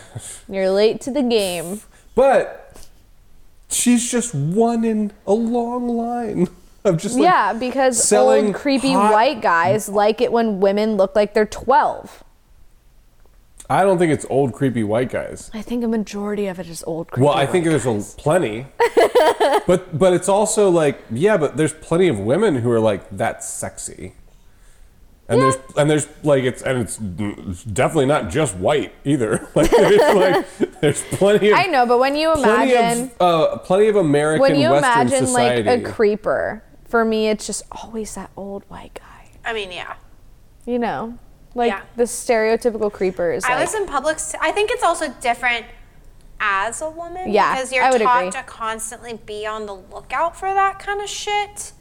You're late to the game. but she's just one in a long line of just (laughs) like, yeah, because selling old creepy hot- white guys like it when women look like they're 12. I don't think it's old creepy white guys. I think a majority of it is old creepy. Well, I think there's a (laughs) plenty, but but it's also like yeah, but there's plenty of women who are like that's sexy, and there's and there's like it's and it's, it's definitely not just white either. (laughs) Like there's (laughs) like there's plenty of I know, but when you plenty imagine of uh, plenty of American when you Western imagine society. like a creeper, for me it's just always that old white guy. I mean, yeah. You know? Like Yeah. the stereotypical creeper is I like, was in public. s- I think it's also different as a woman. Yeah, Because you're I would taught agree. to constantly be on the lookout for that kind of shit.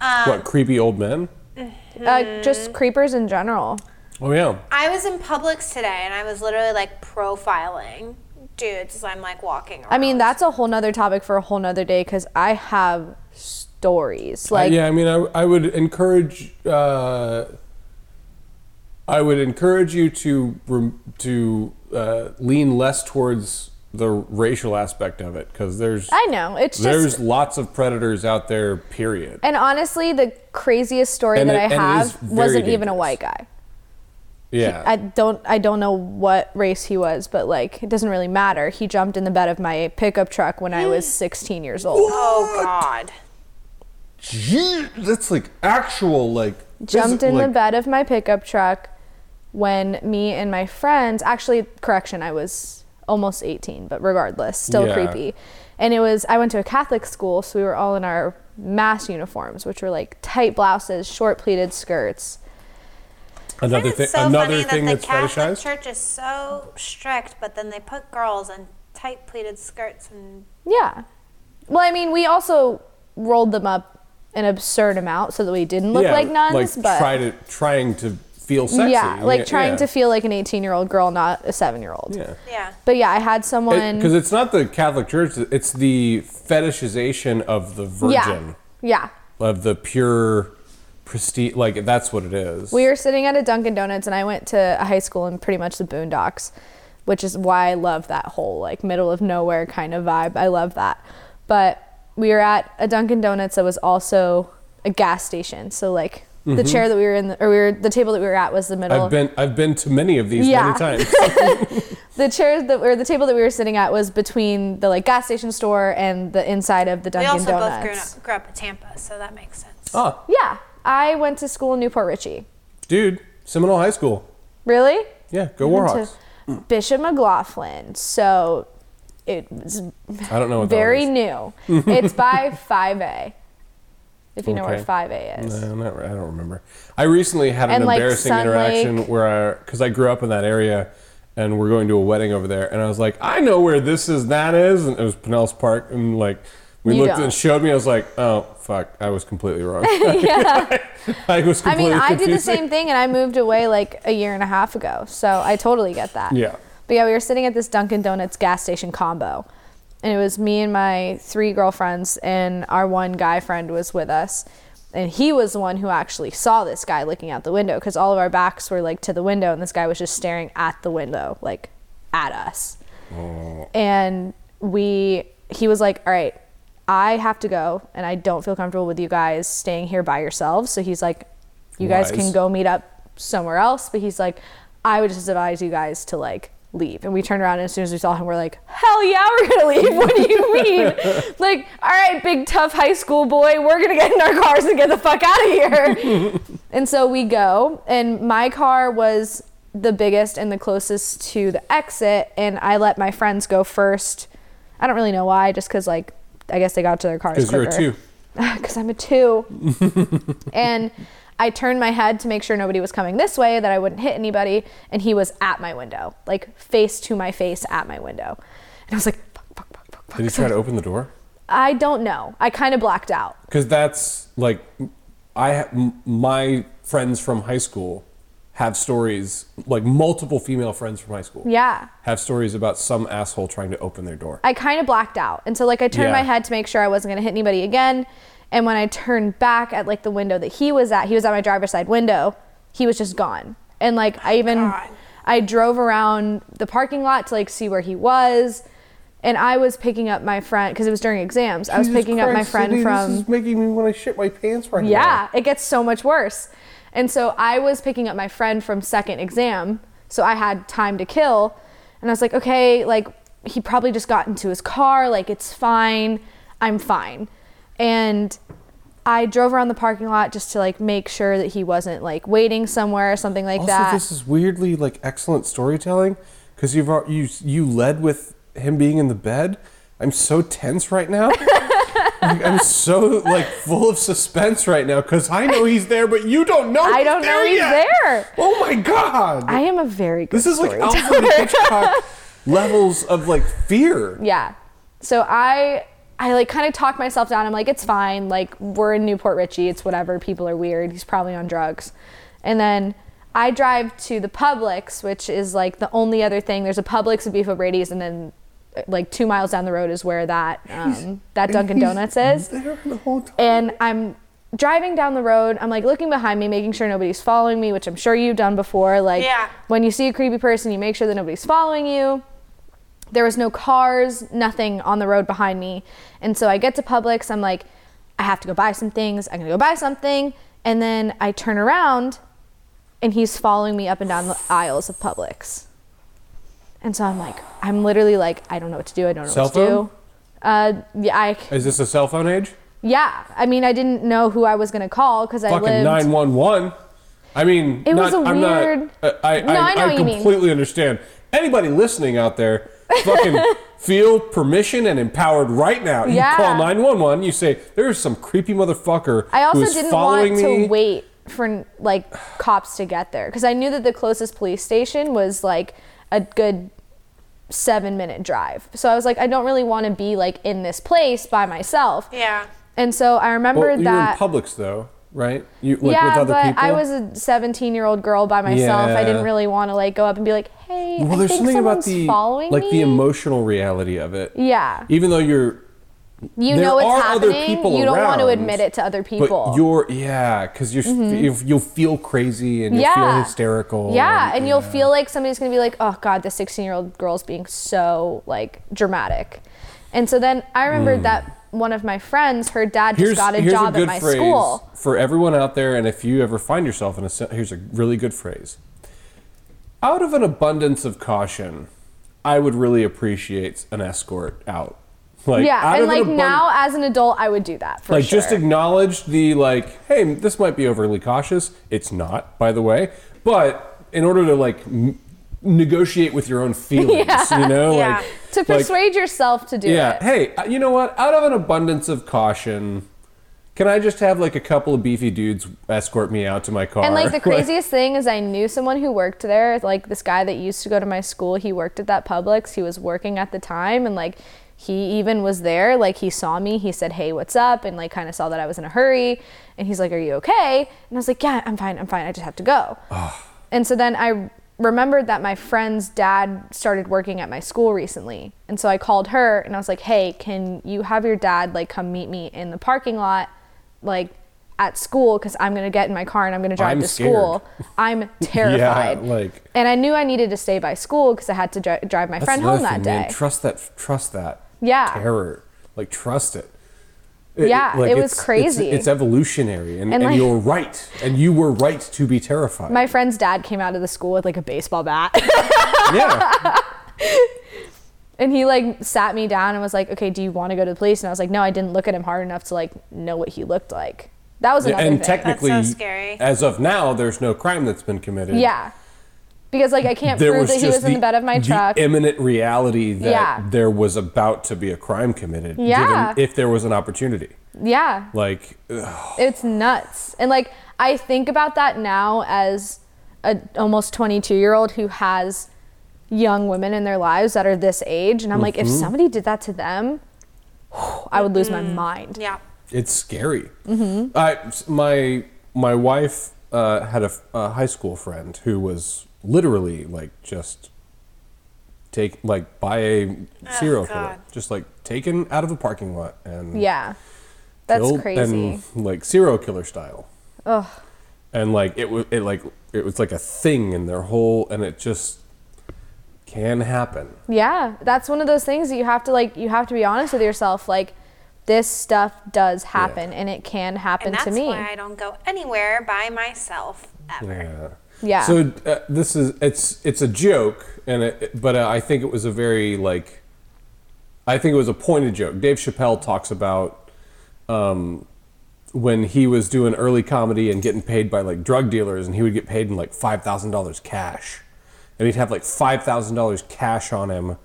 Um, what creepy old men? mm-hmm. uh, just creepers in general. Oh yeah, I was in Publix today and I was literally like profiling dudes as I'm like walking around. I mean, that's a whole nother topic for a whole nother day because I have stories. Like, yeah. I mean, I, I would encourage uh, I would encourage you to rem- to uh, lean less towards the racial aspect of it because there's I know. It's there's just. lots of predators out there. Period. And honestly, the craziest story And that it- I and it is have very wasn't even a dangerous. white guy. yeah. I don't I don't know what race he was, but like it doesn't really matter. He jumped in the bed of my pickup truck when I (gasps) was 16 years old. oh god. Gee, that's like actual like Jumped physi- in the like- bed of my pickup truck when me and my friends, actually correction, I was almost 18, but regardless, still Yeah. creepy. And it was I went to a Catholic school, so we were all in our mass uniforms, which were like tight blouses, short pleated skirts. Another It's thing. so another funny thing that that's the Catholic fetishized. Church is so strict, but then they put girls in tight pleated skirts and Yeah. Well, I mean, we also rolled them up an absurd amount so that we didn't look yeah, like nuns, like but try to trying to feel sexy. yeah, like trying yeah. to feel like an 18-year-old girl, not a 7-year-old. Yeah. yeah. But yeah, I had someone Because it's not the Catholic Church; it's the fetishization of the yeah. Virgin, Yeah. of the pure prestige. Like that's what it is. We were sitting at a Dunkin' Donuts and I went to a high school in pretty much the boondocks, which is why I love that whole like middle of nowhere kind of vibe. I love that. But we were at a Dunkin' Donuts that was also a gas station. So like the chair that we were in or we were the table that we were at was the middle Mm-hmm. I've been I've been to many of these Yeah. many times. (laughs) the chair that or the table that we were sitting at was between the like gas station store and the inside of the We Dunkin' also Donuts. both grew up, grew up in Tampa, so that makes sense. ah, Yeah, I went to school in Newport Richey. dude, Seminole High School. Really? Yeah, go Went Warhawks. to Bishop McLaughlin. So it was I don't know what very that new. it's by 5A. If you know where Okay. 5A was. is. No, not, re- I don't remember. I recently had an And, like, embarrassing Sun interaction Lake. where I because I grew up in that area. And we're going to a wedding over there, and I was like, "I know where this is, that is," and it was Pinellas Park, and like we You looked don't. and showed me. I was like, "Oh fuck, I was completely wrong." (laughs) (laughs) yeah. I was I completely mean, I did the confusing. same thing and I moved away like a year and a half ago. So I totally get that. Yeah. But yeah, we were sitting at this Dunkin' Donuts gas station combo. And it was me and my three girlfriends, and our one guy friend was with us. And he was the one who actually saw this guy looking out the window because all of our backs were like to the window, and this guy was just staring at the window, like at us. And we, he was like, All right, I have to go, and I don't feel comfortable with you guys staying here by yourselves. So he's like, You guys Wise. can go go meet up somewhere else. But he's like, I would just advise you guys to like leave. And we turned around and as soon as we saw him, we're like, hell yeah, we're gonna leave. (laughs) What do you mean? like, all right, big tough high school boy, we're gonna get in our cars and get the fuck out of here. and so we go, and my car was the biggest and the closest to the exit, and I let my friends go first. I don't really know why, just because like I guess they got to their cars. 'Cause you're a quicker. (laughs) two. Because I'm a (laughs) two and I turned my head to make sure nobody was coming this way, that I wouldn't hit anybody, and he was at my window, like face to my face at my window. And I was like, fuck, fuck, fuck, fuck, fuck. Did you try to open the door? I don't know. I kind of blacked out. Because that's like, I ha- m- my friends from high school have stories like multiple female friends from high school. Yeah. have stories about some asshole trying to open their door. I kind of blacked out. And so, like, I turned Yeah. my head to make sure I wasn't going to hit anybody again. And when I turned back at, like, the window that he was at, he was at my driver's side window, he was just gone. And, like, I even, God. I drove around the parking lot to, like, see where he was. And I was picking up my friend, because it was during exams, I was picking up my friend from. making me want to shit my pants right Yeah, it gets so much worse. And so I was picking up my friend from second exam, so I had time to kill. And I was like, okay, like he probably just got into his car, like it's fine, I'm fine. And I drove around the parking lot just to like make sure that he wasn't like waiting somewhere or something like Also, that. this is weirdly like excellent storytelling because you've al- you you led with him being in the bed. I'm so tense right now. Like, I'm so like full of suspense right now because I know he's there, but you don't know. I he's don't know there he's yet. there. Oh my god! I am a very good this is like storyteller. Alfred (laughs) Hitchcock levels of like fear. Yeah. So I I like kind of talked myself down. I'm like, it's fine. Like we're in Newport Richie. It's whatever. People are weird. He's probably on drugs. And then I drive to the Publix, which is like the only other thing. There's a Publix, a Beef O'Brady's, and then uh, like two miles down the road is where that um, that Dunkin' Donuts is. There the whole time. and I'm driving down the road. I'm like looking behind me, making sure nobody's following me, which I'm sure you've done before. Like Yeah. when you see a creepy person, you make sure that nobody's following you. There was no cars, nothing on the road behind me. And so I get to Publix. I'm like, I have to go buy some things. I'm going to go buy something. And then I turn around and he's following me up and down the aisles of Publix. And so I'm like, I'm literally like, I don't know what to do. I don't know Cell what to phone? do. Uh, yeah, I Is this a cell phone age? yeah, I mean, I didn't know who I was gonna call because I Fucking lived. nine one one. I mean, It was not- a I'm not- weird- I, I, No, I know what you mean. completely understand. Anybody listening out there, (laughs) fucking feel permission and empowered right now. You Yeah. call nine one one. You say there's some creepy motherfucker I who also is didn't following want me. to wait for like cops to get there because I knew that the closest police station was like a good seven minute drive. So I was like, I don't really want to be like in this place by myself. Yeah. And so I remembered Well, you're in that. Publix though, right? You like yeah, with other but people. I was a 17 year old girl by myself. I Yeah. didn't really want to like go up and be like, hey, well, I there's think something someone's about the following like me. the emotional reality of it. Yeah. Even though you're you there know are it's other happening. people you don't want to around, admit it to other people. Mm-hmm. But you're yeah, because you're you you'll feel crazy and you'll feel hysterical. Yeah, and, you'll feel like somebody's gonna be like, "Oh God, this 16-year-old girl's being so like dramatic," and so then I remembered Hmm. that one of my friends, her dad just got a job at my school. for everyone out there, and if you ever find yourself in a si- here's a really good phrase. Out of an abundance of caution, I would really appreciate an escort out. Like Yeah, out and of an like abun- now as an adult, I would do that for like sure. just acknowledge the like, hey, this might be overly cautious. It's not, by the way, but in order to like. M- negotiate with (laughs) your own feelings you know Yeah. like to like- persuade yourself to do yeah. it. Hey, uh, you know what? Out of an abundance of caution, can I just have like a couple of beefy dudes escort me out to my car? And like (laughs) the craziest thing is, I knew someone who worked there. Like this guy that used to go to my school, he worked at that Publix. He was working at the time, and like he even was there. Like he saw me. He said, "Hey, what's up?" And like kind of saw that I was in a hurry. And he's like, "Are you okay?" And I was like, "Yeah, I'm fine. I'm fine. I just have to go." and so then I remembered that my friend's dad started working at my school recently, and so I called her and I was like, "Hey, can you have your dad like come meet me in the parking lot, like?" at school because I'm gonna get in my car and I'm gonna drive I'm to scared. school. (laughs) (laughs) I'm terrified. like- and I knew I needed to stay by school because I had to dri- drive my friend home that day. Trust that. Trust that. Yeah. Terror. Like trust it. Yeah, it was it's- it's- crazy. It's, evolutionary, and, and, And, like- you're right, and you were right to be terrified. my friend's dad came out of the school with like a baseball bat, (laughs) yeah, and he like sat me down and was like, "Okay, do you want to go to the police?" And I was like, "No, I didn't look at him hard enough to like know what he looked like." That was another and thing. technically, scary. as of now, there's no crime that's been committed. yeah, because like I can't there prove was that just he was in the bed of my truck. imminent reality that Yeah. there was about to be a crime committed. Yeah. Given if there was an opportunity, yeah, like uh, ugh, it's nuts and like i think about that now as a almost 22 year old who has young women in their lives that are this age and i'm like if Mm-hmm. somebody did that to them i would lose my mind Yeah. it's scary. Mm-hmm. I my my wife uh, had a, f- a high school friend who was literally like just take like by Oh, a serial killer, God. just like taken out of a parking lot and yeah that's killed crazy and like serial killer style. Ugh. and like it was it like it was like a thing in their whole and it just can happen yeah that's one of those things that you have to like you have to be honest with yourself like this stuff does happen and it can happen And that's to me why I don't go anywhere by myself ever. yeah Yeah. so uh, this is it's it's a joke and it, but uh, i think it was a very like i think it was a pointed joke dave chappelle talks about um when he was doing early comedy and getting paid by like drug dealers, and he would get paid in like five thousand dollars cash, and he'd have like five thousand dollars cash on him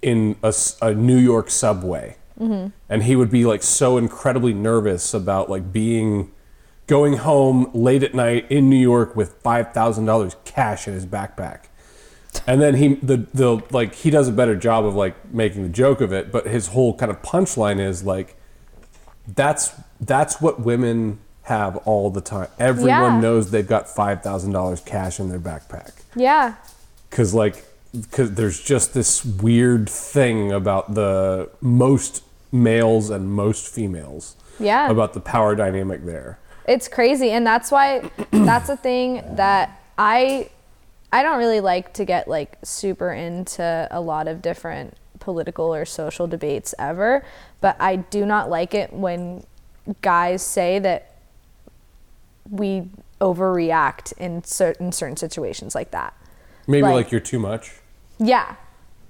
in a, s- a New York subway, and he would be like so incredibly nervous about like being going home late at night in New York with five thousand dollars cash in his backpack. And then he the the like he does a better job of like making the joke of it, but his whole kind of punchline is like that's that's what women have all the time. Everyone Yeah. knows they've got five thousand dollars cash in their backpack Yeah. because like cause there's just this weird thing about the most males and most females Yeah. about the power dynamic there. It's crazy, and that's why that's a thing that I I don't really like to get like super into a lot of different political or social debates ever, but I do not like it when guys say that we overreact in certain certain situations like that. Maybe Like- like you're too much. Yeah,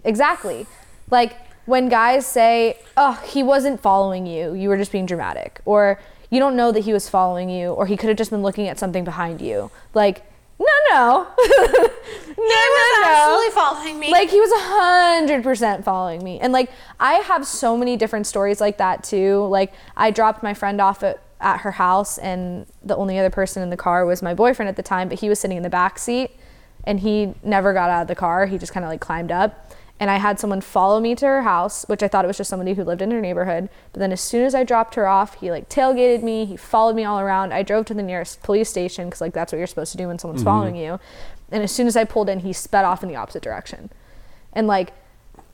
exactly. Like when guys say, oh, he wasn't following you, you were just being dramatic, or you don't know that he was following you, or he could have just been looking at something behind you. Like, no, no, (laughs) he was absolutely following me. like he was a hundred percent following me, and like I have so many different stories like that too. Like I dropped my friend off at, at her house, and the only other person in the car was my boyfriend at the time, but he was sitting in the back seat, and he never got out of the car. He just kind of like climbed up, and I had someone follow me to her house, which I thought it was just somebody who lived in her neighborhood. But then as soon as I dropped her off, he like tailgated me. He followed me all around. I drove to the nearest police station because like that's what you're supposed to do when Mm-hmm. someone's following you. And as soon as I pulled in, he sped off in the opposite direction and like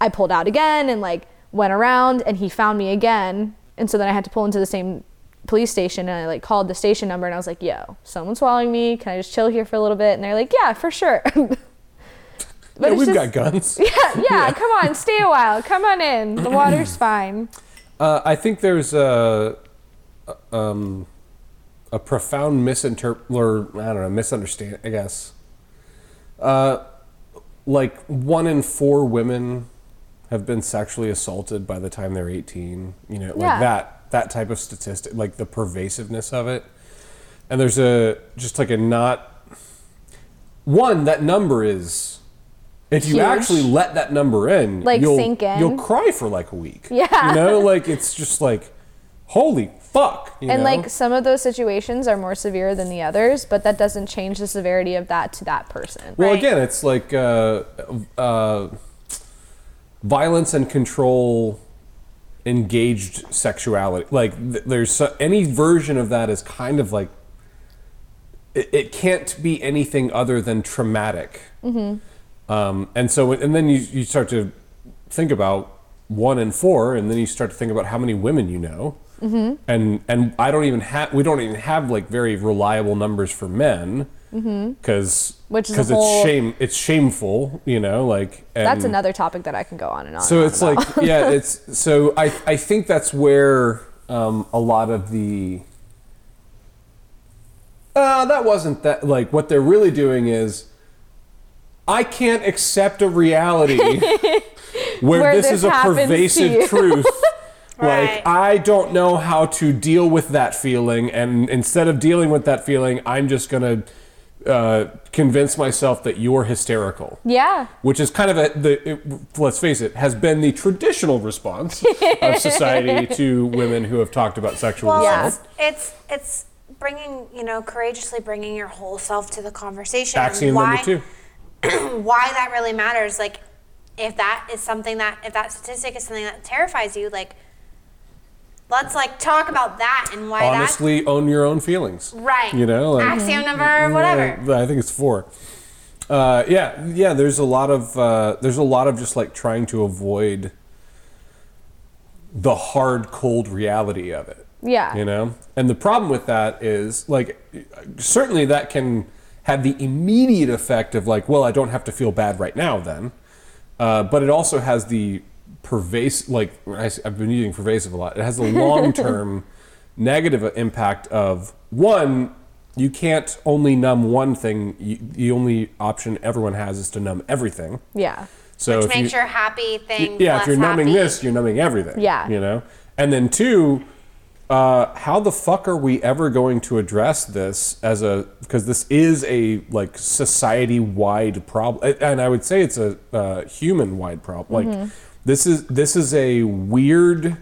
I pulled out again and like went around and he found me again and so then I had to pull into the same police station and I like called the station number and I was like yo someone's following me can I just chill here for a little bit and they're like yeah for sure (laughs) but Yeah, it's we've just- got guns. (laughs) yeah, yeah come on stay a while come on in (clears throat) the water's fine Uh, I think there's a, a- um, a profound misinterpret, or I don't know, misunderstand, I guess. Uh, like one in four women have been sexually assaulted by the time they're 18. You know, like Yeah. that that type of statistic, like the pervasiveness of it. And there's a just like a not one that number is. If you Huge. actually let that number in, Like, you'll, sink in. you'll cry for like a week. Yeah. You know, like it's just like, holy fuck. you and know? like some of those situations are more severe than the others but that doesn't change the severity of that to that person well, right. again, it's like uh, uh, violence and control engaged sexuality. Like th- there's so, any version of that is kind of like, it, it can't be anything other than traumatic. Um, and so, and then you, you start to think about one in four, and then you start to think about how many women you know. And and I don't even have we don't even have like very reliable numbers for men because Mm-hmm. Which is a it's whole- shame it's shameful you know like and that's another topic that I can go on and on so and on it's like (laughs) yeah it's so I I think that's where um, a lot of the uh, that wasn't that like what they're really doing is I can't accept (laughs) a reality where, Where this, this is a happens to pervasive you. (laughs) truth. Right. Like I don't know how to deal with that feeling, and instead of dealing with that feeling, I'm just gonna uh, convince myself that you're hysterical yeah which is kind of a the it, let's face it has been the traditional response (laughs) of society to women who have talked about sexual Well, Yeah. assault. it's, it's it's bringing you know courageously bringing your whole self to the conversation. and Axiom why, number two. why that really matters. Like, if that is something that if that statistic is something that terrifies you, like, let's like talk about that and why Honestly, own your own feelings. that's right. You know, like, axiom number whatever. Yeah, I think it's four. Uh, yeah, yeah. There's a lot of uh, there's a lot of just like trying to avoid the hard, cold reality of it. Yeah. You know, and the problem with that is like certainly that can have the immediate effect of like, well, I don't have to feel bad right now then, uh, but it also has the pervasive like I, have been using pervasive a lot. It has the (laughs) long term negative impact of one. You can't only numb one thing. You, the only option everyone has is to numb everything. yeah So Which if makes you, your happy thing. yeah, less if you're numbing happy. this, you're numbing everything. Yeah. You know? And then two, uh, how the fuck are we ever going to address this as a because this is a like society wide problem and i would say it's a uh, human wide problem like this is this is a weird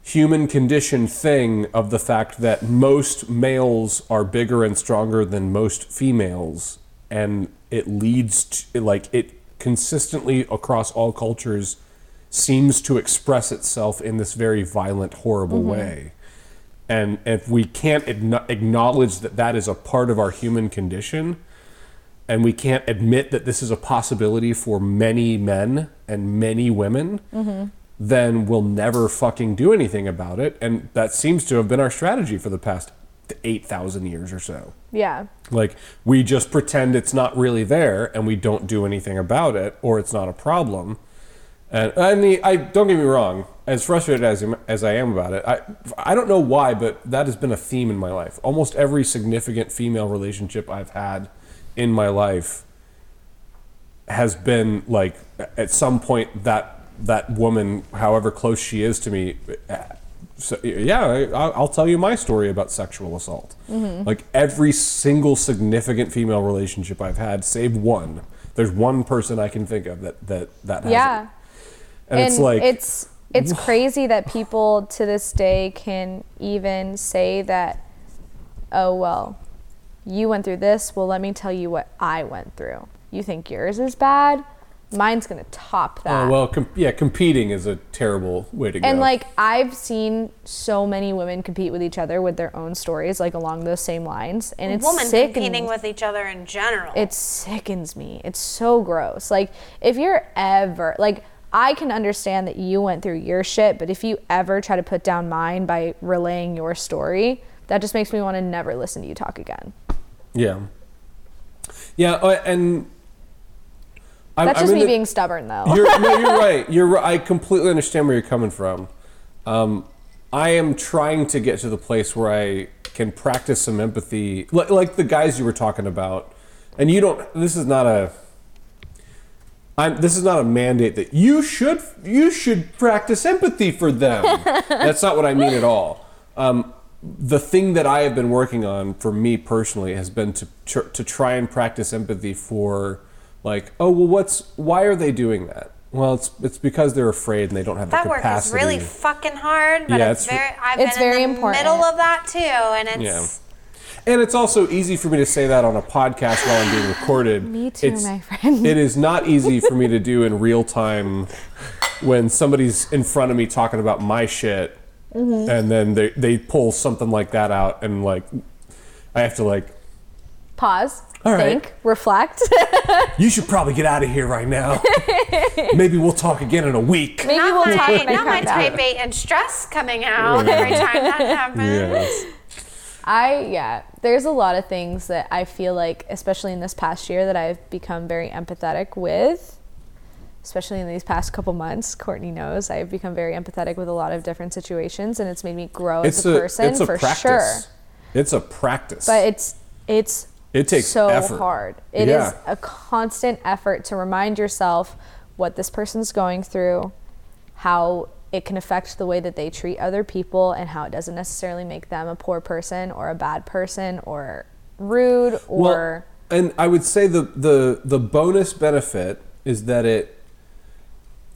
human condition thing of the fact that most males are bigger and stronger than most females and it leads to like it consistently across all cultures seems to express itself in this very violent horrible way and if we can't igno- acknowledge that that is a part of our human condition and we can't admit that this is a possibility for many men and many women, then we'll never fucking do anything about it. And that seems to have been our strategy for the past 8,000 years or so. Yeah. Like, we just pretend it's not really there and we don't do anything about it or it's not a problem. And I mean, I don't get me wrong. As frustrated as I'm- as I am about it, I I don't know why, but that has been a theme in my life. Almost every significant female relationship I've had in my life has been like at some point that that woman, however close she is to me, eh, so, yeah, I, I'll tell you my story about sexual assault. Mm-hmm. Like every single significant female relationship I've had, save one. There's one person I can think of that that that hasn't. Yeah. And, it's like it's (laughs) it's crazy that people to this day can even say that oh well you went through this well let me tell you what i went through you think yours is bad mine's gonna top that oh, well, com- yeah, competing is a terrible way to go. and like i've seen so many women compete with each other with their own stories like along those same lines and it's Women sick competing with each other in general. it sickens me. It's so gross. Like if you're ever like I can understand that you went through your shit, but if you ever try to put down mine by relaying your story, that just makes me want to never listen to you talk again. yeah, yeah, uh, and I'm, That's I'm just in me the- being stubborn though. (laughs) You're, no, you're right. You're. ri- I completely understand where you're coming from. Um, I am trying to get to the place where I can practice some empathy, like, like the guys you were talking about. And you don't. This is not a. I'm, this is not a mandate that you should you should practice empathy for them. (laughs) That's not what I mean at all. Um, the thing that I have been working on for me personally has been to tr- to try and practice empathy for like oh well what's why are they doing that? Well it's it's because they're afraid and they don't have that the work capacity. is really fucking hard, but Yeah, it's, it's re- very. I've It's been very in the important. middle of that too, and it's. Yeah. And it's also easy for me to say that on a podcast while I'm being recorded. Me too, It's- my friend. It is not easy for me to do in real time when somebody's in front of me talking about my shit, Mm-hmm. and then they, they pull something like that out, and like I have to like, Pause. All right. think, reflect. (laughs) you should probably get out of here right now. Maybe we'll talk again in a week. Maybe Not we'll my, talk when I not my come back. type eight and stress coming out every (laughs) time that happens. I yeah, there's a lot of things that I feel like, especially in this past year, that I've become very empathetic with. Especially in these past couple months, Courtney knows I've become very empathetic with a lot of different situations, and it's made me grow It's as a, a person it's a for practice. sure. It's a practice. But it's it's It takes so effort. hard. It is Yeah. a constant effort to remind yourself what this person's going through, how it can affect the way that they treat other people, and how it doesn't necessarily make them a poor person or a bad person or rude or well, and I would say the the the bonus benefit is that it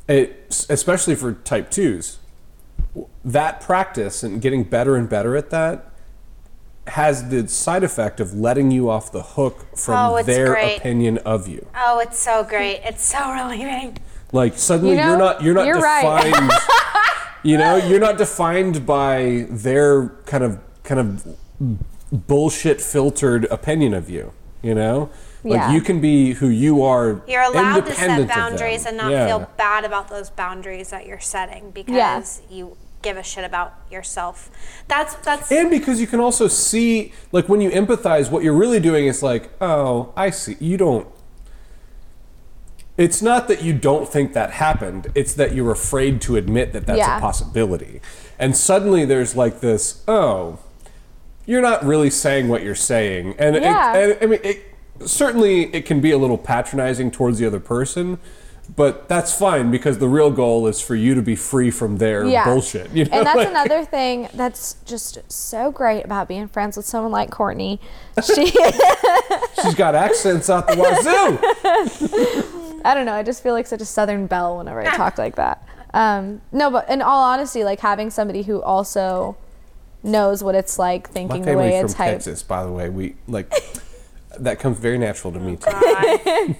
it especially for type twos that practice and getting better and better at that has the side effect of letting you off the hook from Oh, it's their great. opinion of you. Oh, it's so great. It's so relieving. Like suddenly You know, are not you're not you're right. defined. (laughs) you know, you're not defined by their kind of kind of bullshit filtered opinion of you. You know, like Yeah. you can be who you are. You're allowed to independent set of them. boundaries and not Yeah. feel bad about those boundaries that you're setting because you give a shit about yourself. That's that's And because you can also see, like when you empathize, what you're really doing is like, oh, I see. You don't. It's not that you don't think that happened. It's that you're afraid to admit that that's Yeah. a possibility. And suddenly there's like this, oh, you're not really saying what you're saying. And, it, Yeah. and I mean, it, certainly it can be a little patronizing towards the other person, But that's fine because the real goal is for you to be free from their yeah. bullshit. You know? and that's like- another thing that's just so great about being friends with someone like Courtney. She, She's got accents out the (laughs) wazoo. I don't know, I just feel like such a Southern belle whenever I talk like that. Um, no, but in all honesty, like having somebody who also knows what it's like My thinking the family's way from it's hyped. Texas, by the way. We like that comes very natural to me too.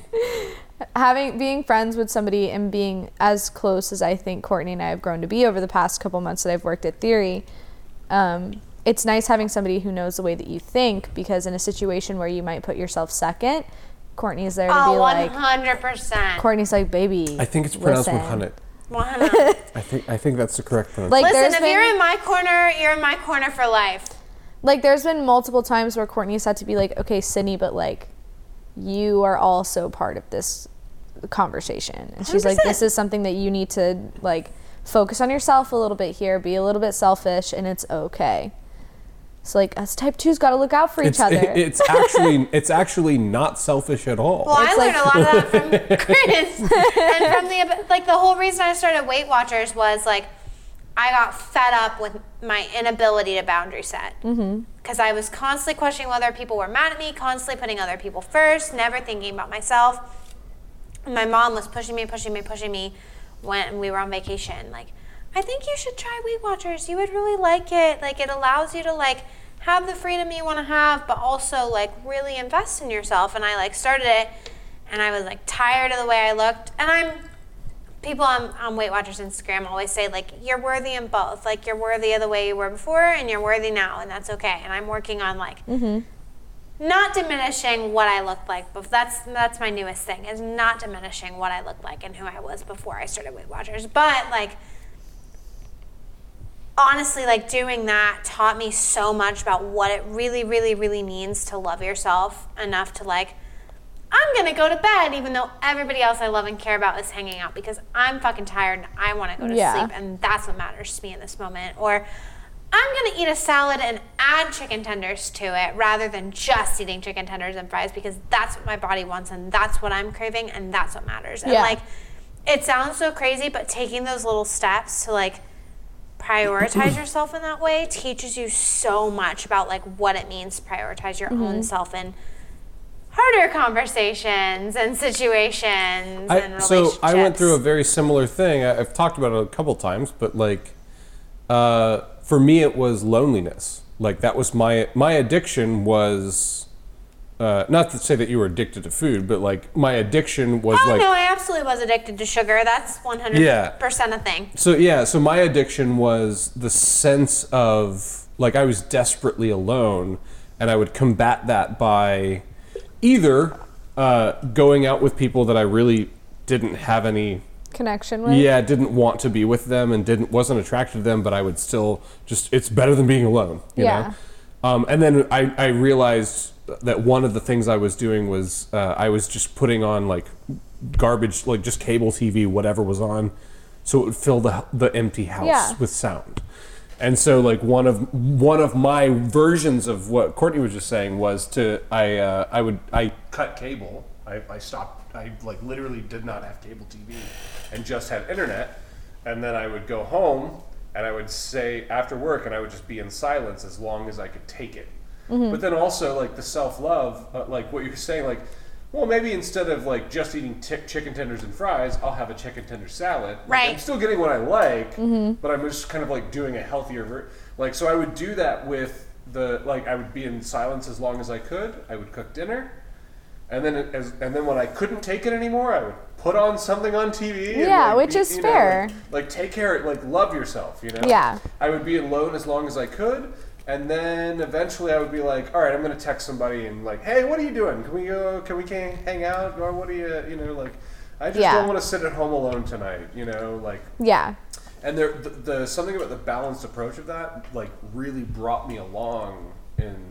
having being friends with somebody and being as close as I think Courtney and I have grown to be over the past couple months that I've worked at Theory, um, it's nice having somebody who knows the way that you think because in a situation where you might put yourself second, Courtney's there to be Oh, like, 100%. Courtney's like, baby. I think it's pronounced listen." Muhammad. (laughs) 100%. I think I think that's the correct pronunciation. Like Listen, there's if been you're in my corner, you're in my corner for life. like there's been multiple times where Courtney's had to be like, okay, Sydney, but like, you are also part of this conversation, and she's like, this 100%. is something that you need to like focus on yourself a little bit here, be a little bit selfish, and it's okay. So like us type twos got to look out for each it's, (laughs) other. it's actually it's actually not selfish at all. Well, I It's learned like- (laughs) a lot of that from Chris, and from the like. The whole reason I started Weight Watchers was like, I got fed up with my inability to boundary set because Mm-hmm. I was constantly questioning whether people were mad at me, constantly putting other people first, never thinking about myself. And my mom was pushing me, pushing me, pushing me when we were on vacation. Like, I think you should try Weight Watchers. You would really like it. Like, it allows you to like have the freedom you want to have, but also like really invest in yourself. And I like started it, and I was like tired of the way I looked. And I'm people on, on Weight Watchers Instagram always say like you're worthy in both. Like you're worthy of the way you were before, and you're worthy now, and that's okay. And I'm working on like not diminishing what I looked like, but that's that's my newest thing is not diminishing what I looked like and who I was before I started Weight Watchers. But like honestly, like doing that taught me so much about what it really, really, really means to love yourself enough to like I'm gonna go to bed even though everybody else I love and care about is hanging out because I'm fucking tired and I wanna go to Yeah. sleep and that's what matters to me in this moment. Or I'm gonna eat a salad and add chicken tenders to it rather than just eating chicken tenders and fries because that's what my body wants and that's what I'm craving and that's what matters. And Yeah. like it sounds so crazy, but taking those little steps to like prioritize yourself in that way teaches you so much about like what it means to prioritize your own self in harder conversations and situations I, and so relationships. I went through a very similar thing. I, I've talked about it a couple times, but like, uh, for me, it was loneliness. Like that was my my addiction was, uh, not to say that you were addicted to food, but like my addiction was Oh like. no, I absolutely was addicted to sugar. That's 100% a thing. So yeah, so my addiction was the sense of like I was desperately alone, and I would combat that by either uh, going out with people that I really didn't have any connection with. yeah didn't want to be with them and didn't wasn't attracted to them but i would still just it's better than being alone you Yeah. know um, and then I, I realized that one of the things i was doing was uh, i was just putting on like garbage like just cable tv whatever was on so it would fill the, the empty house Yeah. with sound and so like one of one of my versions of what courtney was just saying was to i uh, i would i cut cable I, I stopped i like literally did not have cable tv and just had internet and then i would go home and i would say after work and i would just be in silence as long as i could take it but then also like the self-love uh, like what you were saying like well maybe instead of like just eating tick chicken tenders and fries i'll have a chicken tender salad Like, I'm Right. still getting what I like, Mm-hmm. but I'm just kind of like doing a healthier ver- like so I would do that with the like I would be in silence as long as I could. I would cook dinner. And then it, as, and then when I couldn't take it anymore, I would put on something on TV. and, Yeah, like, which be- is you know, like- fair. like, take care, like love yourself, you know. Yeah. I would be alone as long as I could, and then eventually I would be like, all right, I'm gonna text somebody and like, hey, what are you doing? Can we go? Can we can hang out? Or what are you? You know, like, I just Yeah. don't want to sit at home alone tonight. You know, like, Yeah. and there, the, the something about the balanced approach of that, like, really brought me along in.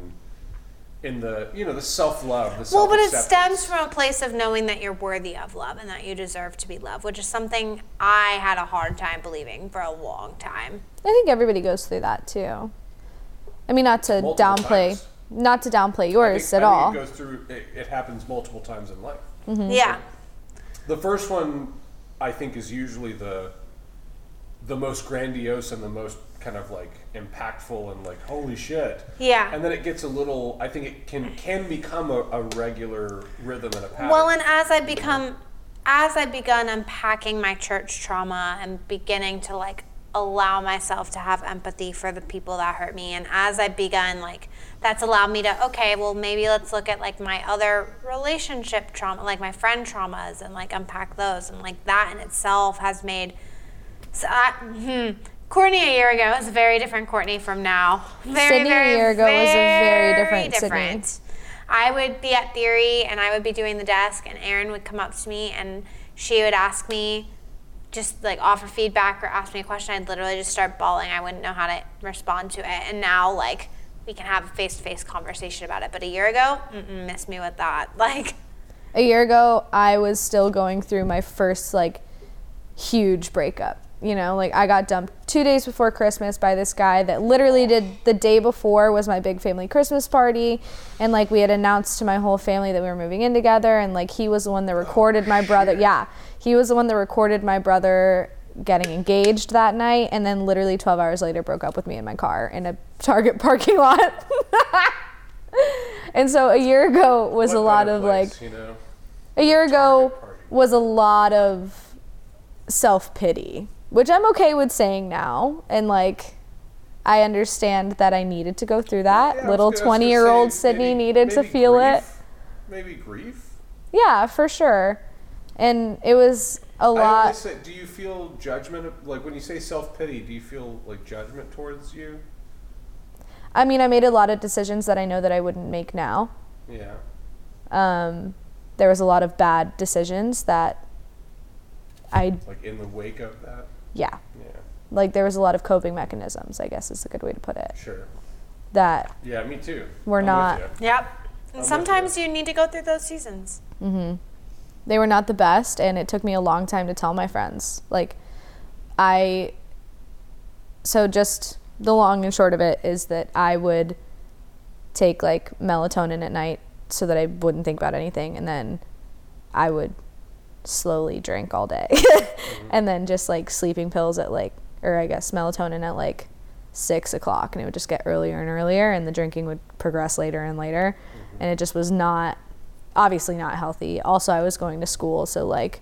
In the you know the self love, the Well, but it self-acceptance. stems from a place of knowing that you're worthy of love and that you deserve to be loved, which is something I had a hard time believing for a long time. I think everybody goes through that too. I mean, not to Multiple downplay, times. not to downplay I yours think- at I all. think It goes through. It, it happens multiple times in life. Yeah. The first one I think is usually the the most grandiose and the most kind of like impactful and like holy shit. Yeah. And then it gets a little. I think it can can become a, a regular rhythm and a pattern. Well, and as I become, as I begun unpacking my church trauma and beginning to like allow myself to have empathy for the people that hurt me, and as I begun like that's allowed me to okay, well maybe let's look at like my other relationship trauma, like my friend traumas, and like unpack those, and like that in itself has made. So I, hmm, Courtney a year ago is a very different Courtney from now. Very, Sydney a year ago was a very different Sydney. different. I would be at theory and I would be doing the desk, and Erin would come up to me and she would ask me, just like offer feedback or ask me a question. I'd literally just start bawling. I wouldn't know how to respond to it. And now, like, we can have a face to face conversation about it. But a year ago, mm-mm, miss me with that. (laughs) Like, a year ago i was still going through my first like huge breakup you know like i got dumped two days before christmas by this guy that literally did the day before was my big family christmas party and like we had announced to my whole family that we were moving in together and like he was the one that recorded my brother yeah he was the one that recorded my brother getting engaged that night and then literally 12 hours later broke up with me in my car in a target (laughs) parking lot and so a year ago was a lot of like you know. a year ago Target party. was a lot of self pity, which I'm okay with saying now. And like, I understand that I needed to go through that. Yeah, I was Little gonna- I was gonna 20 year old say, Sydney maybe- needed to maybe feel it. grief. Maybe grief. Yeah, for sure. And it was a I lot. always say, do you feel judgment? of- Like when you say self pity, do you feel like judgment towards you? I mean, I made a lot of decisions that I know that I wouldn't make now. Yeah. Um, there was a lot of bad decisions that I, Like in the wake of that. yeah, Yeah. like there was a lot of coping mechanisms, I guess is a good way to put it, Sure. that Yeah, me too. We're I'm with not- ya. yep. And sometimes you need to go through those seasons. they were not the best and it took me a long time to tell my friends like i so just the long and short of it is that i would take like melatonin at night so that i wouldn't think about anything and then i would slowly drink all day (laughs) and then just like sleeping pills at like or i guess melatonin at like six o'clock and it would just get earlier and earlier and the drinking would progress later and later and it just was not obviously not healthy also i was going to school so like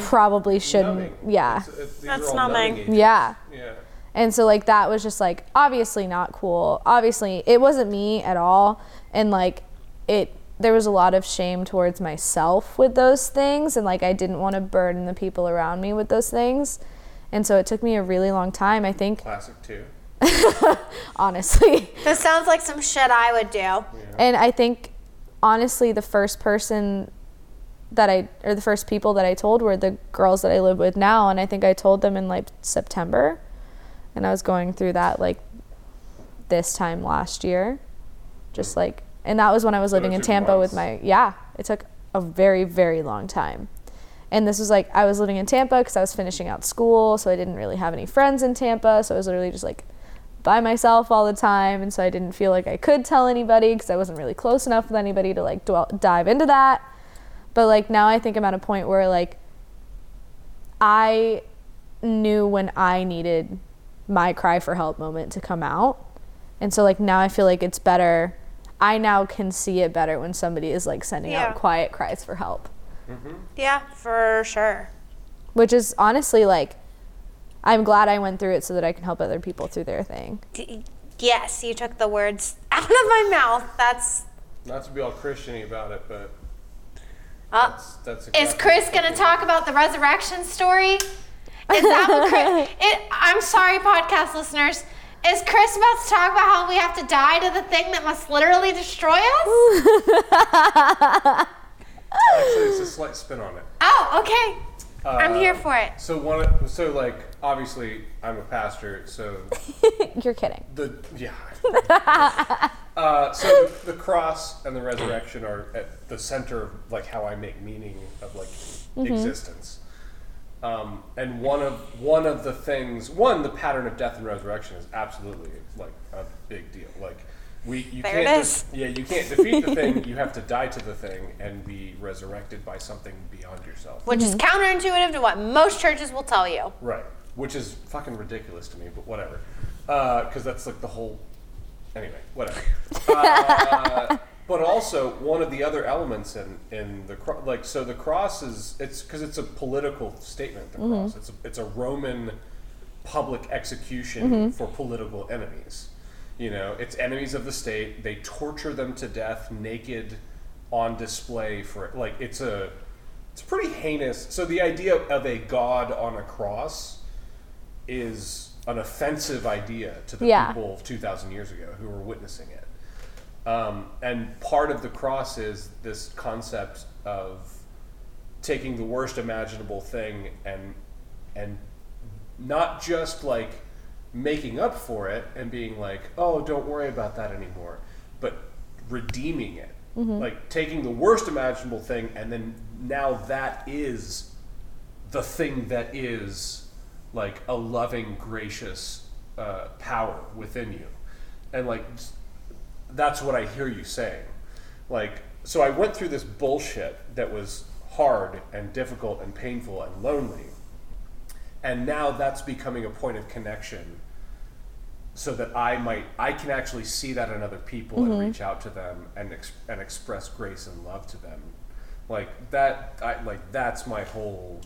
probably shouldn't Numbing. Ah. yeah It's- it's- these That's are all not numbing mine. agents. yeah Yeah. and so like that was just like obviously not cool. Obviously it wasn't me at all and like it there was a lot of shame towards myself with those things and like I didn't want to burden the people around me with those things. And so it took me a really long time, I think, Classic too. honestly. (laughs) This sounds like some shit I would do. And I think honestly the first person that I or the first people that I told were the girls that I live with now and I think I told them in like September and I was going through that like this time last year. Just like and that was when I was living it in took Tampa with months. my yeah, it took a very very long time. And this was like I was living in Tampa cuz I was finishing out school, so I didn't really have any friends in Tampa, so I was literally just like by myself all the time and so i didn't feel like i could tell anybody because i wasn't really close enough with anybody to like dwell, dive into that but like now i think i'm at a point where like i knew when i needed my cry for help moment to come out and so like now i feel like it's better i now can see it better when somebody is like sending Yeah. out quiet cries for help Yeah, for sure. which is honestly like i'm glad i went through it so that i can help other people through their (laughs) thing D- yes, you took the words (laughs) out of my mouth. That's. Not to be all Christiany about it, but Uh, that's, that's is exactly- Chris going to talk about the resurrection story? Is that what Chris. It, I'm sorry, podcast listeners. Is Chris about to talk about how we have to die to the thing that must literally destroy us? Actually, it's a slight spin on it. Oh, okay. I'm Uh, here for it. So one, so like obviously I'm a pastor, so you're kidding the (laughs) yeah. uh, so the, the cross and the resurrection are at the center of like how I make meaning of like Mm-hmm. existence. Um, and one of one of the things, one the pattern of death and resurrection is absolutely like a big deal. Like We, you There it can't is. yeah, you can't defeat (laughs) the thing. You have to die to the thing and be resurrected by something beyond yourself. which is counterintuitive to what most churches will tell you. Right. Which is fucking ridiculous to me, but whatever. Because that's like the whole. Anyway, whatever. Uh, but also, one of the other elements in, in the cross, like, so the cross is, it's because it's a political statement, the cross. It's a, it's a Roman public execution for political enemies. You know, it's enemies of the state. They torture them to death naked on display for, like, it's a, it's pretty heinous. So the idea of a god on a cross is an offensive idea to the Yeah. people two thousand years ago who were witnessing it. Um, and part of the cross is this concept of taking the worst imaginable thing and and not just like making up for it and being like, oh, don't worry about that anymore, but redeeming it. Like taking the worst imaginable thing and then now that is the thing that is like a loving, gracious uh, power within you. And like, s- that's what I hear you saying. Like, so I went through this bullshit that was hard and difficult and painful and lonely. And now that's becoming a point of connection so that I might, I can actually see that in other people and reach out to them and, ex- and express grace and love to them. Like that, I, like that's my whole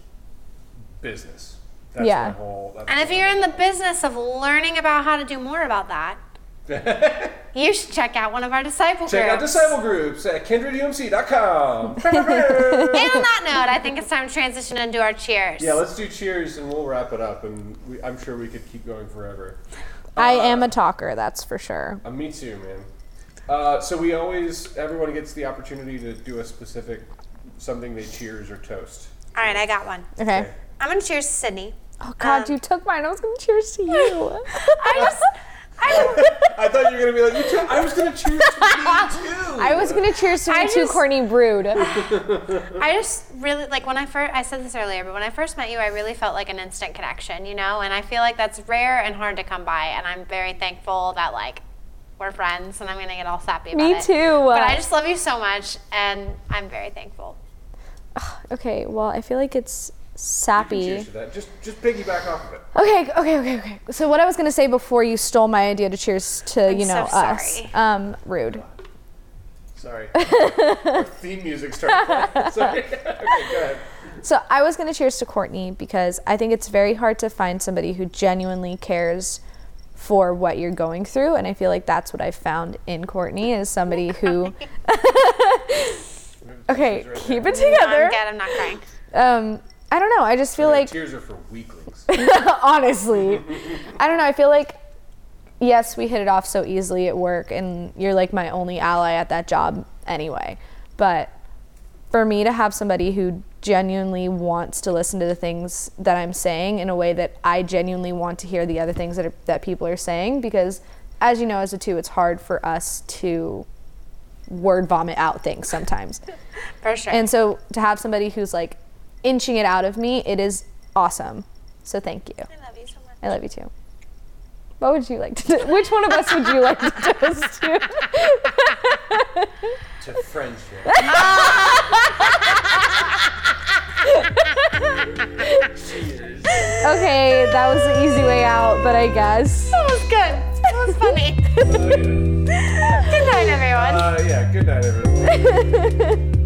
business. That's Yeah. my whole. That's And if you're in the business of learning about how to do more about that, (laughs) you should check out one of our disciple Check out groups. disciple groups at E kindredumc.com. and on that note, I think it's time to transition into our cheers. (laughs) Yeah, let's do cheers and we'll wrap it up. And we, I'm sure we could keep going forever. I am a talker, that's for sure. Uh, me too, man. Uh, so we always, everyone gets the opportunity to do a specific something they cheers or toast. All right, I got one. Okay. I'm gonna cheers to Sydney. Oh God, Um, you took mine. I was gonna cheers to you. I just, I, I thought you were gonna be like, you too. I was gonna cheers to (laughs) you too. (laughs) I was gonna cheers to I you too, just- corny brood. I just really like when I first. I said this earlier, but when I first met you, I really felt like an instant connection, you know. And I feel like that's rare and hard to come by, and I'm very thankful that like we're friends, and I'm gonna get all sappy about Me it. too. But I just love you so much, and I'm very thankful. Okay, well, I feel like it's You can sappy. cheers to that. Just, just piggyback off of it. Okay, okay, okay, okay. So what I was gonna say before you stole my idea to cheers to you so know us. sorry. Um, rude. (laughs) Sorry. Our theme music started. Playing. Sorry. okay, go ahead. So I was going to cheers to Courtney because I think it's very hard to find somebody who genuinely cares for what you're going through and I feel like that's what I found in Courtney is somebody (laughs) who (laughs) Okay, She's right keep there. it I'm together. good. I'm not crying. Um I don't know. I just feel like Tears are for (laughs) weaklings. honestly, I don't know. I feel like yes, we hit it off so easily at work and you're like my only ally at that job anyway. But for me to have somebody who genuinely wants to listen to the things that I'm saying in a way that I genuinely want to hear the other things that are, that people are saying because as you know as a two it's hard for us to word vomit out things sometimes. For sure. And so to have somebody who's like inching it out of me, it is awesome. So thank you. I love you so much. I love you too. What would you like to do? (laughs) Which one of us would you like to toast to? to friendship. cheers. Okay, that was the easy way out, but I guess. That was good. That was funny. (laughs) good night, everyone. Uh, yeah. Good night, everyone.